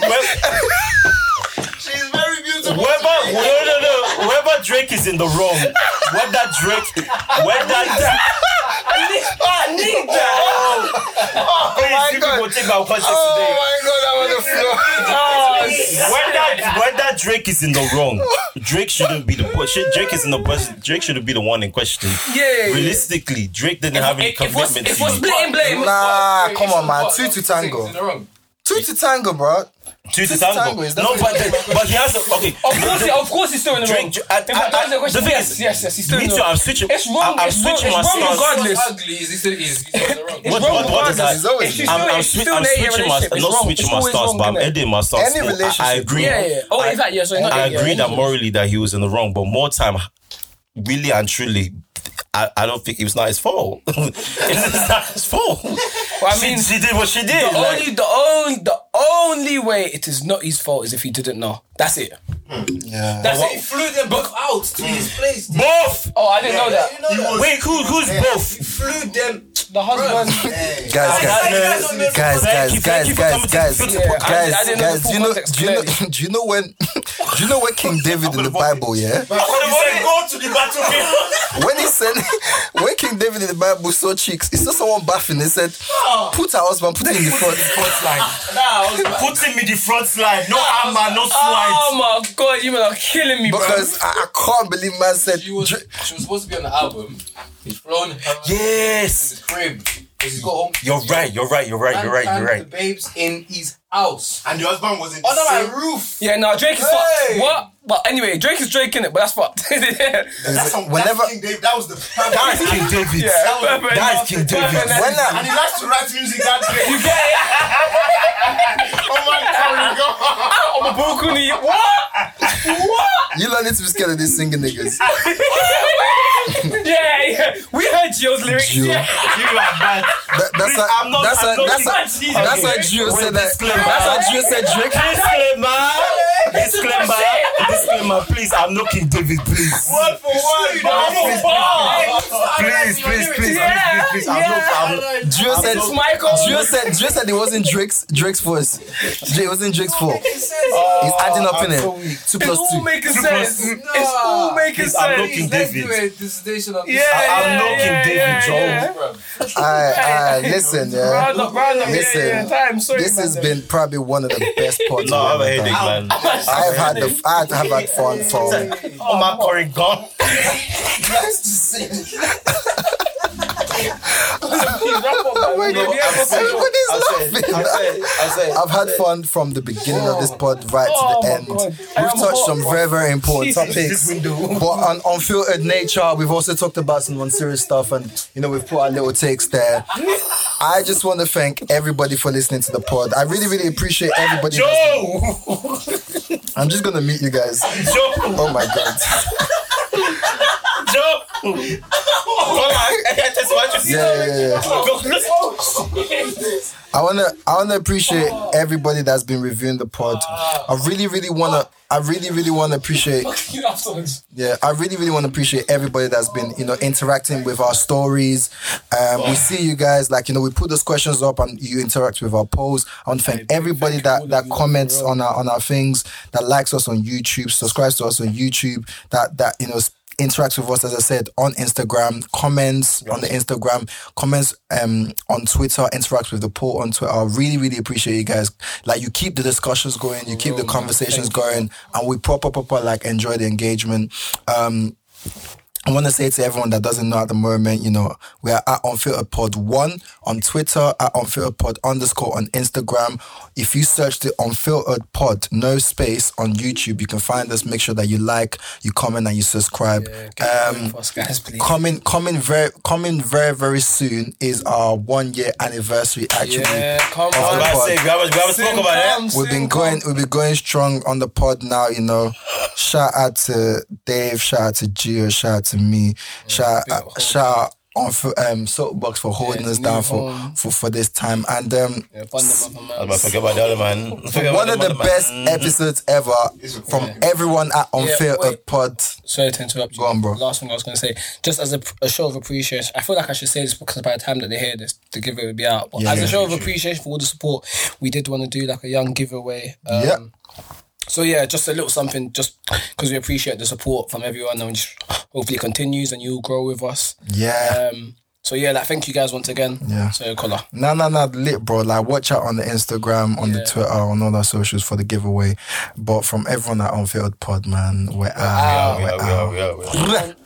F: She's very beautiful.
D: whether no, no, no, whether Drake is in the wrong, whether Drake, whether
A: I need that.
D: please, you people
C: God.
D: will take my questions today.
C: Oh my god, I'm on the floor.
D: whether whether Drake is in the wrong, Drake shouldn't be the should- Drake is in the best. Drake shouldn't be the one in question.
A: Yeah.
D: Realistically, Drake didn't have any
A: If, if what's
D: commitment
A: if
D: to
A: what's
D: you.
A: blame blame.
C: Nah, come on, man. Two
G: Two
C: to tango.
G: In the wrong.
C: Two to tango, bro.
D: to the
C: Twisted
D: tango.
C: Tango is
D: No, but
C: definitely-
D: but he has a, okay.
A: Of course, he- of course, he's still in the wrong.
D: Drake, I,
A: If I answer the question,
D: thing
A: yes,
D: is,
A: yes, yes, he's still
D: me
A: in the
D: too.
A: wrong.
D: I'm switching.
A: It's wrong,
D: I'm, I'm
A: it's wrong,
D: switching
A: it's
D: my
A: wrong
D: stance.
A: regardless.
G: What's ugly is he's, he's, he's in the
A: *laughs*
G: wrong.
A: It's
D: What-
A: wrong
D: what- what
A: regardless.
D: is that?
C: It's always
A: If she's
C: wrong.
A: still,
D: I'm, I'm,
A: if she's
D: swi-
A: still
D: I'm
A: there, your
D: switching my,
A: relationship is
D: not
A: wrong. It's
D: switching my
A: always
D: stance,
A: wrong,
D: but I'm
A: innit?
D: ending my stance.
C: Any
D: I- I,
C: relationship,
D: agree.
A: Yeah, yeah. Oh,
D: I-
A: in fact, yeah. So you're not
D: I
A: there, yeah.
D: agree that morally that he was in the wrong, but more time, really and truly, I, I don't think it was not his fault. *laughs* it's not his fault.
A: I
D: she,
A: mean,
D: she did what she did.
A: The
D: like-
A: only, the only, the only way it is not his fault is if he didn't know. That's it.
C: Yeah.
A: That's
G: He
A: it.
G: flew them both out to his place. Did
D: both.
A: Oh, I didn't know that.
G: You know that?
D: Wait, who, who's
G: He
D: both?
G: flew them.
A: The husband.
C: Guys,
D: I-
C: guys, guys,
D: Guys, thank
C: guys,
D: you, thank
C: guys,
D: you for
C: guys,
D: coming to
C: guys,
D: the
C: guys,
D: Filter
A: Yeah, I didn't- I
C: guys,
A: didn't know the full
C: Do you know? Do
A: context
C: you know?
A: clearly.
C: Do you know when? *laughs* Do you know when
D: *laughs*
C: King David in the Bible? Yeah.
D: I could've voted.
C: When he said, *laughs* when King David in the Bible saw cheeks, he saw someone bathing. He said,
D: Oh.
C: "Put her husband, put him in the front, front line."
D: Put him in the front line. No armor, no slides.
A: Oh my god, you men are killing me, bro.
C: *laughs* Because I, I can't believe man said.
G: She was, she was supposed to be on the album. He's flown her to
D: Yes.
G: the crib. He's got home.
D: You're right, you're right, you're right, you're right,
G: And
D: you're
G: The
D: right.
G: babes in his house
F: And your husband was in the
G: under
F: same
G: my roof.
A: yeah, no, Drake is
G: Hey!
A: fucked. What? But anyway, Drake is Drake in it, but that's fucked. *laughs* yeah.
F: That's some
C: Whenever-
F: whenever King Dave, that was the
D: That's King David.
A: perfect.
D: That's King
A: Perfect.
D: David.
C: When
F: and
C: I,
F: he likes to write music that day.
A: You get it?
F: Oh my god, go.
A: Out on the balcony. What? What?
C: you learn it to be scared of these singing niggas.
A: yeah, yeah. We heard Gio's lyrics.
C: Gio.
A: Yeah.
D: You are bad.
C: That, that's
D: Please, I'm
C: how.
D: not-
C: That's
D: I'm
C: how.
D: not
C: That's how.
A: King
C: That's how Gio
A: David. Okay.
C: said
D: With
C: that.
D: disclaimer.
C: That's how Gio said Drake.
D: *laughs* Disclaimer. Disclaimer.
A: shit.
D: Disclaimer, please. I'm not King David, please.
F: Word for word,
A: I'm
F: dog.
A: a ball.
D: Please, please, please,
A: Yeah,
D: please, please. I'm not. I'm not.
C: Gio said.
A: It's Michael.
C: Gio said. Gio said it wasn't Drake's Drake's voice. Dra- It wasn't Drake's fault. He's adding
D: Oh,
C: up in it. Two
A: It's
C: plus
A: all
C: two.
A: making
D: plus
A: sense.
D: two.
A: It's all making
D: Please, I'm
A: sense.
D: looking
G: Please, let's
D: David.
G: do a dissertation on
A: Yeah,
G: this.
D: I'm
A: yeah,
D: not King
A: yeah,
D: David,
A: yeah,
D: Joe.
A: yeah.
C: Aye, aye. Listen, yeah.
A: Round up, round up. Yeah,
C: Listen,
A: yeah, time. Sorry,
C: This
A: man.
C: has been probably one of the best parts.
D: No, I have
C: I've
D: a
C: ever
D: headache,
C: done.
D: man.
C: I've had the. I've have had fun for.
D: Oh, my curry gone.
A: Wrap up,
C: *laughs*
A: man. We'll
D: No,
A: be able
D: I'm
A: to-
D: saying-
C: Everybody's
D: I'm saying-
C: laughing.
D: I'm saying- I'm saying-
C: I've had fun from the beginning of this pod right
A: Oh
C: to
A: my
C: the end.
A: God.
C: We've
A: I am
C: touched
A: hot,
C: some
A: bro.
C: very, very important
A: Jesus,
C: topics. But on unfiltered nature, we've also talked about some unserious stuff and, you know, we've put our little takes there. I just want to thank everybody for listening to the pod. I really, really appreciate everybody. that's-
D: Joe!
C: I'm just going to meet you guys.
D: Joe!
C: Oh my God.
D: Joe! Come on, I can't just watch you.
C: Yeah, yeah, yeah.
D: Go.
C: I wanna I wanna appreciate everybody that's been reviewing the pod. I really really wanna I really really wanna appreciate
H: You afterwards.
C: yeah I really really wanna appreciate everybody that's been you know interacting with our stories. Um, we see you guys like you know we put those questions up and you interact with our polls. I want to thank everybody that that comments on our on our things that likes us on YouTube, subscribes to us on YouTube, that that you know interacts with us, as I said, on Instagram, comments on the Instagram, comments um, on Twitter, interacts with the poll on Twitter. I really, really appreciate you guys. Like you keep the discussions going, you keep the conversations going, and we proper, proper like enjoy the engagement. Um, I want to say to everyone that doesn't know at the moment, you know, we are at Unfiltered Pod 1 on Twitter, at Unfiltered Pod underscore on Instagram. If you search the Unfiltered Pod, no space on YouTube, you can find us. Make sure that you like, you comment, and you subscribe. um,
A: for us guys, please.
C: coming coming very coming very very soon is our one year anniversary actually
A: Yeah, come
C: of
A: on.
C: the pod.
D: I say, we haven't, we haven't spoken about it.
C: We've been going, we've been going strong on the pod now. You know, shout out to Dave, shout out to Gio, shout out to me, shout out, shout out on for, um, Soapbox for holding us
A: new
C: down for,
A: home.
C: for for this time. And um,
A: Yeah, bond them up, man.
D: I was about to forget about the other man. Forget
C: one
D: about
C: of the
D: other man.
C: best
A: Mm-hmm.
C: episodes ever from everyone at Unfair
A: wait.
C: Pod.
A: Sorry to interrupt you.
C: Go on, bro.
A: Last thing I was going to say, just as a, a show of appreciation, I feel like I should say this because by the time that they hear this, the giveaway will be out. But as a show of appreciation for all the support, we did want to do like a young giveaway. Um,
C: yeah,
A: So yeah, just a little something, just because we appreciate the support from everyone, and just hopefully it continues and you'll grow with us.
C: yeah.
A: Um. So yeah, like thank you guys once again.
C: Yeah.
A: So color.
C: No, no, no, lit, bro. Like, watch out on the Instagram, on the Twitter, on all our socials for the giveaway. But from everyone at Unfiltered Pod, man, we're out.
D: We
C: We're
D: are, we
C: out.
D: are, we are, we
C: *laughs*
D: are.
C: Bleh.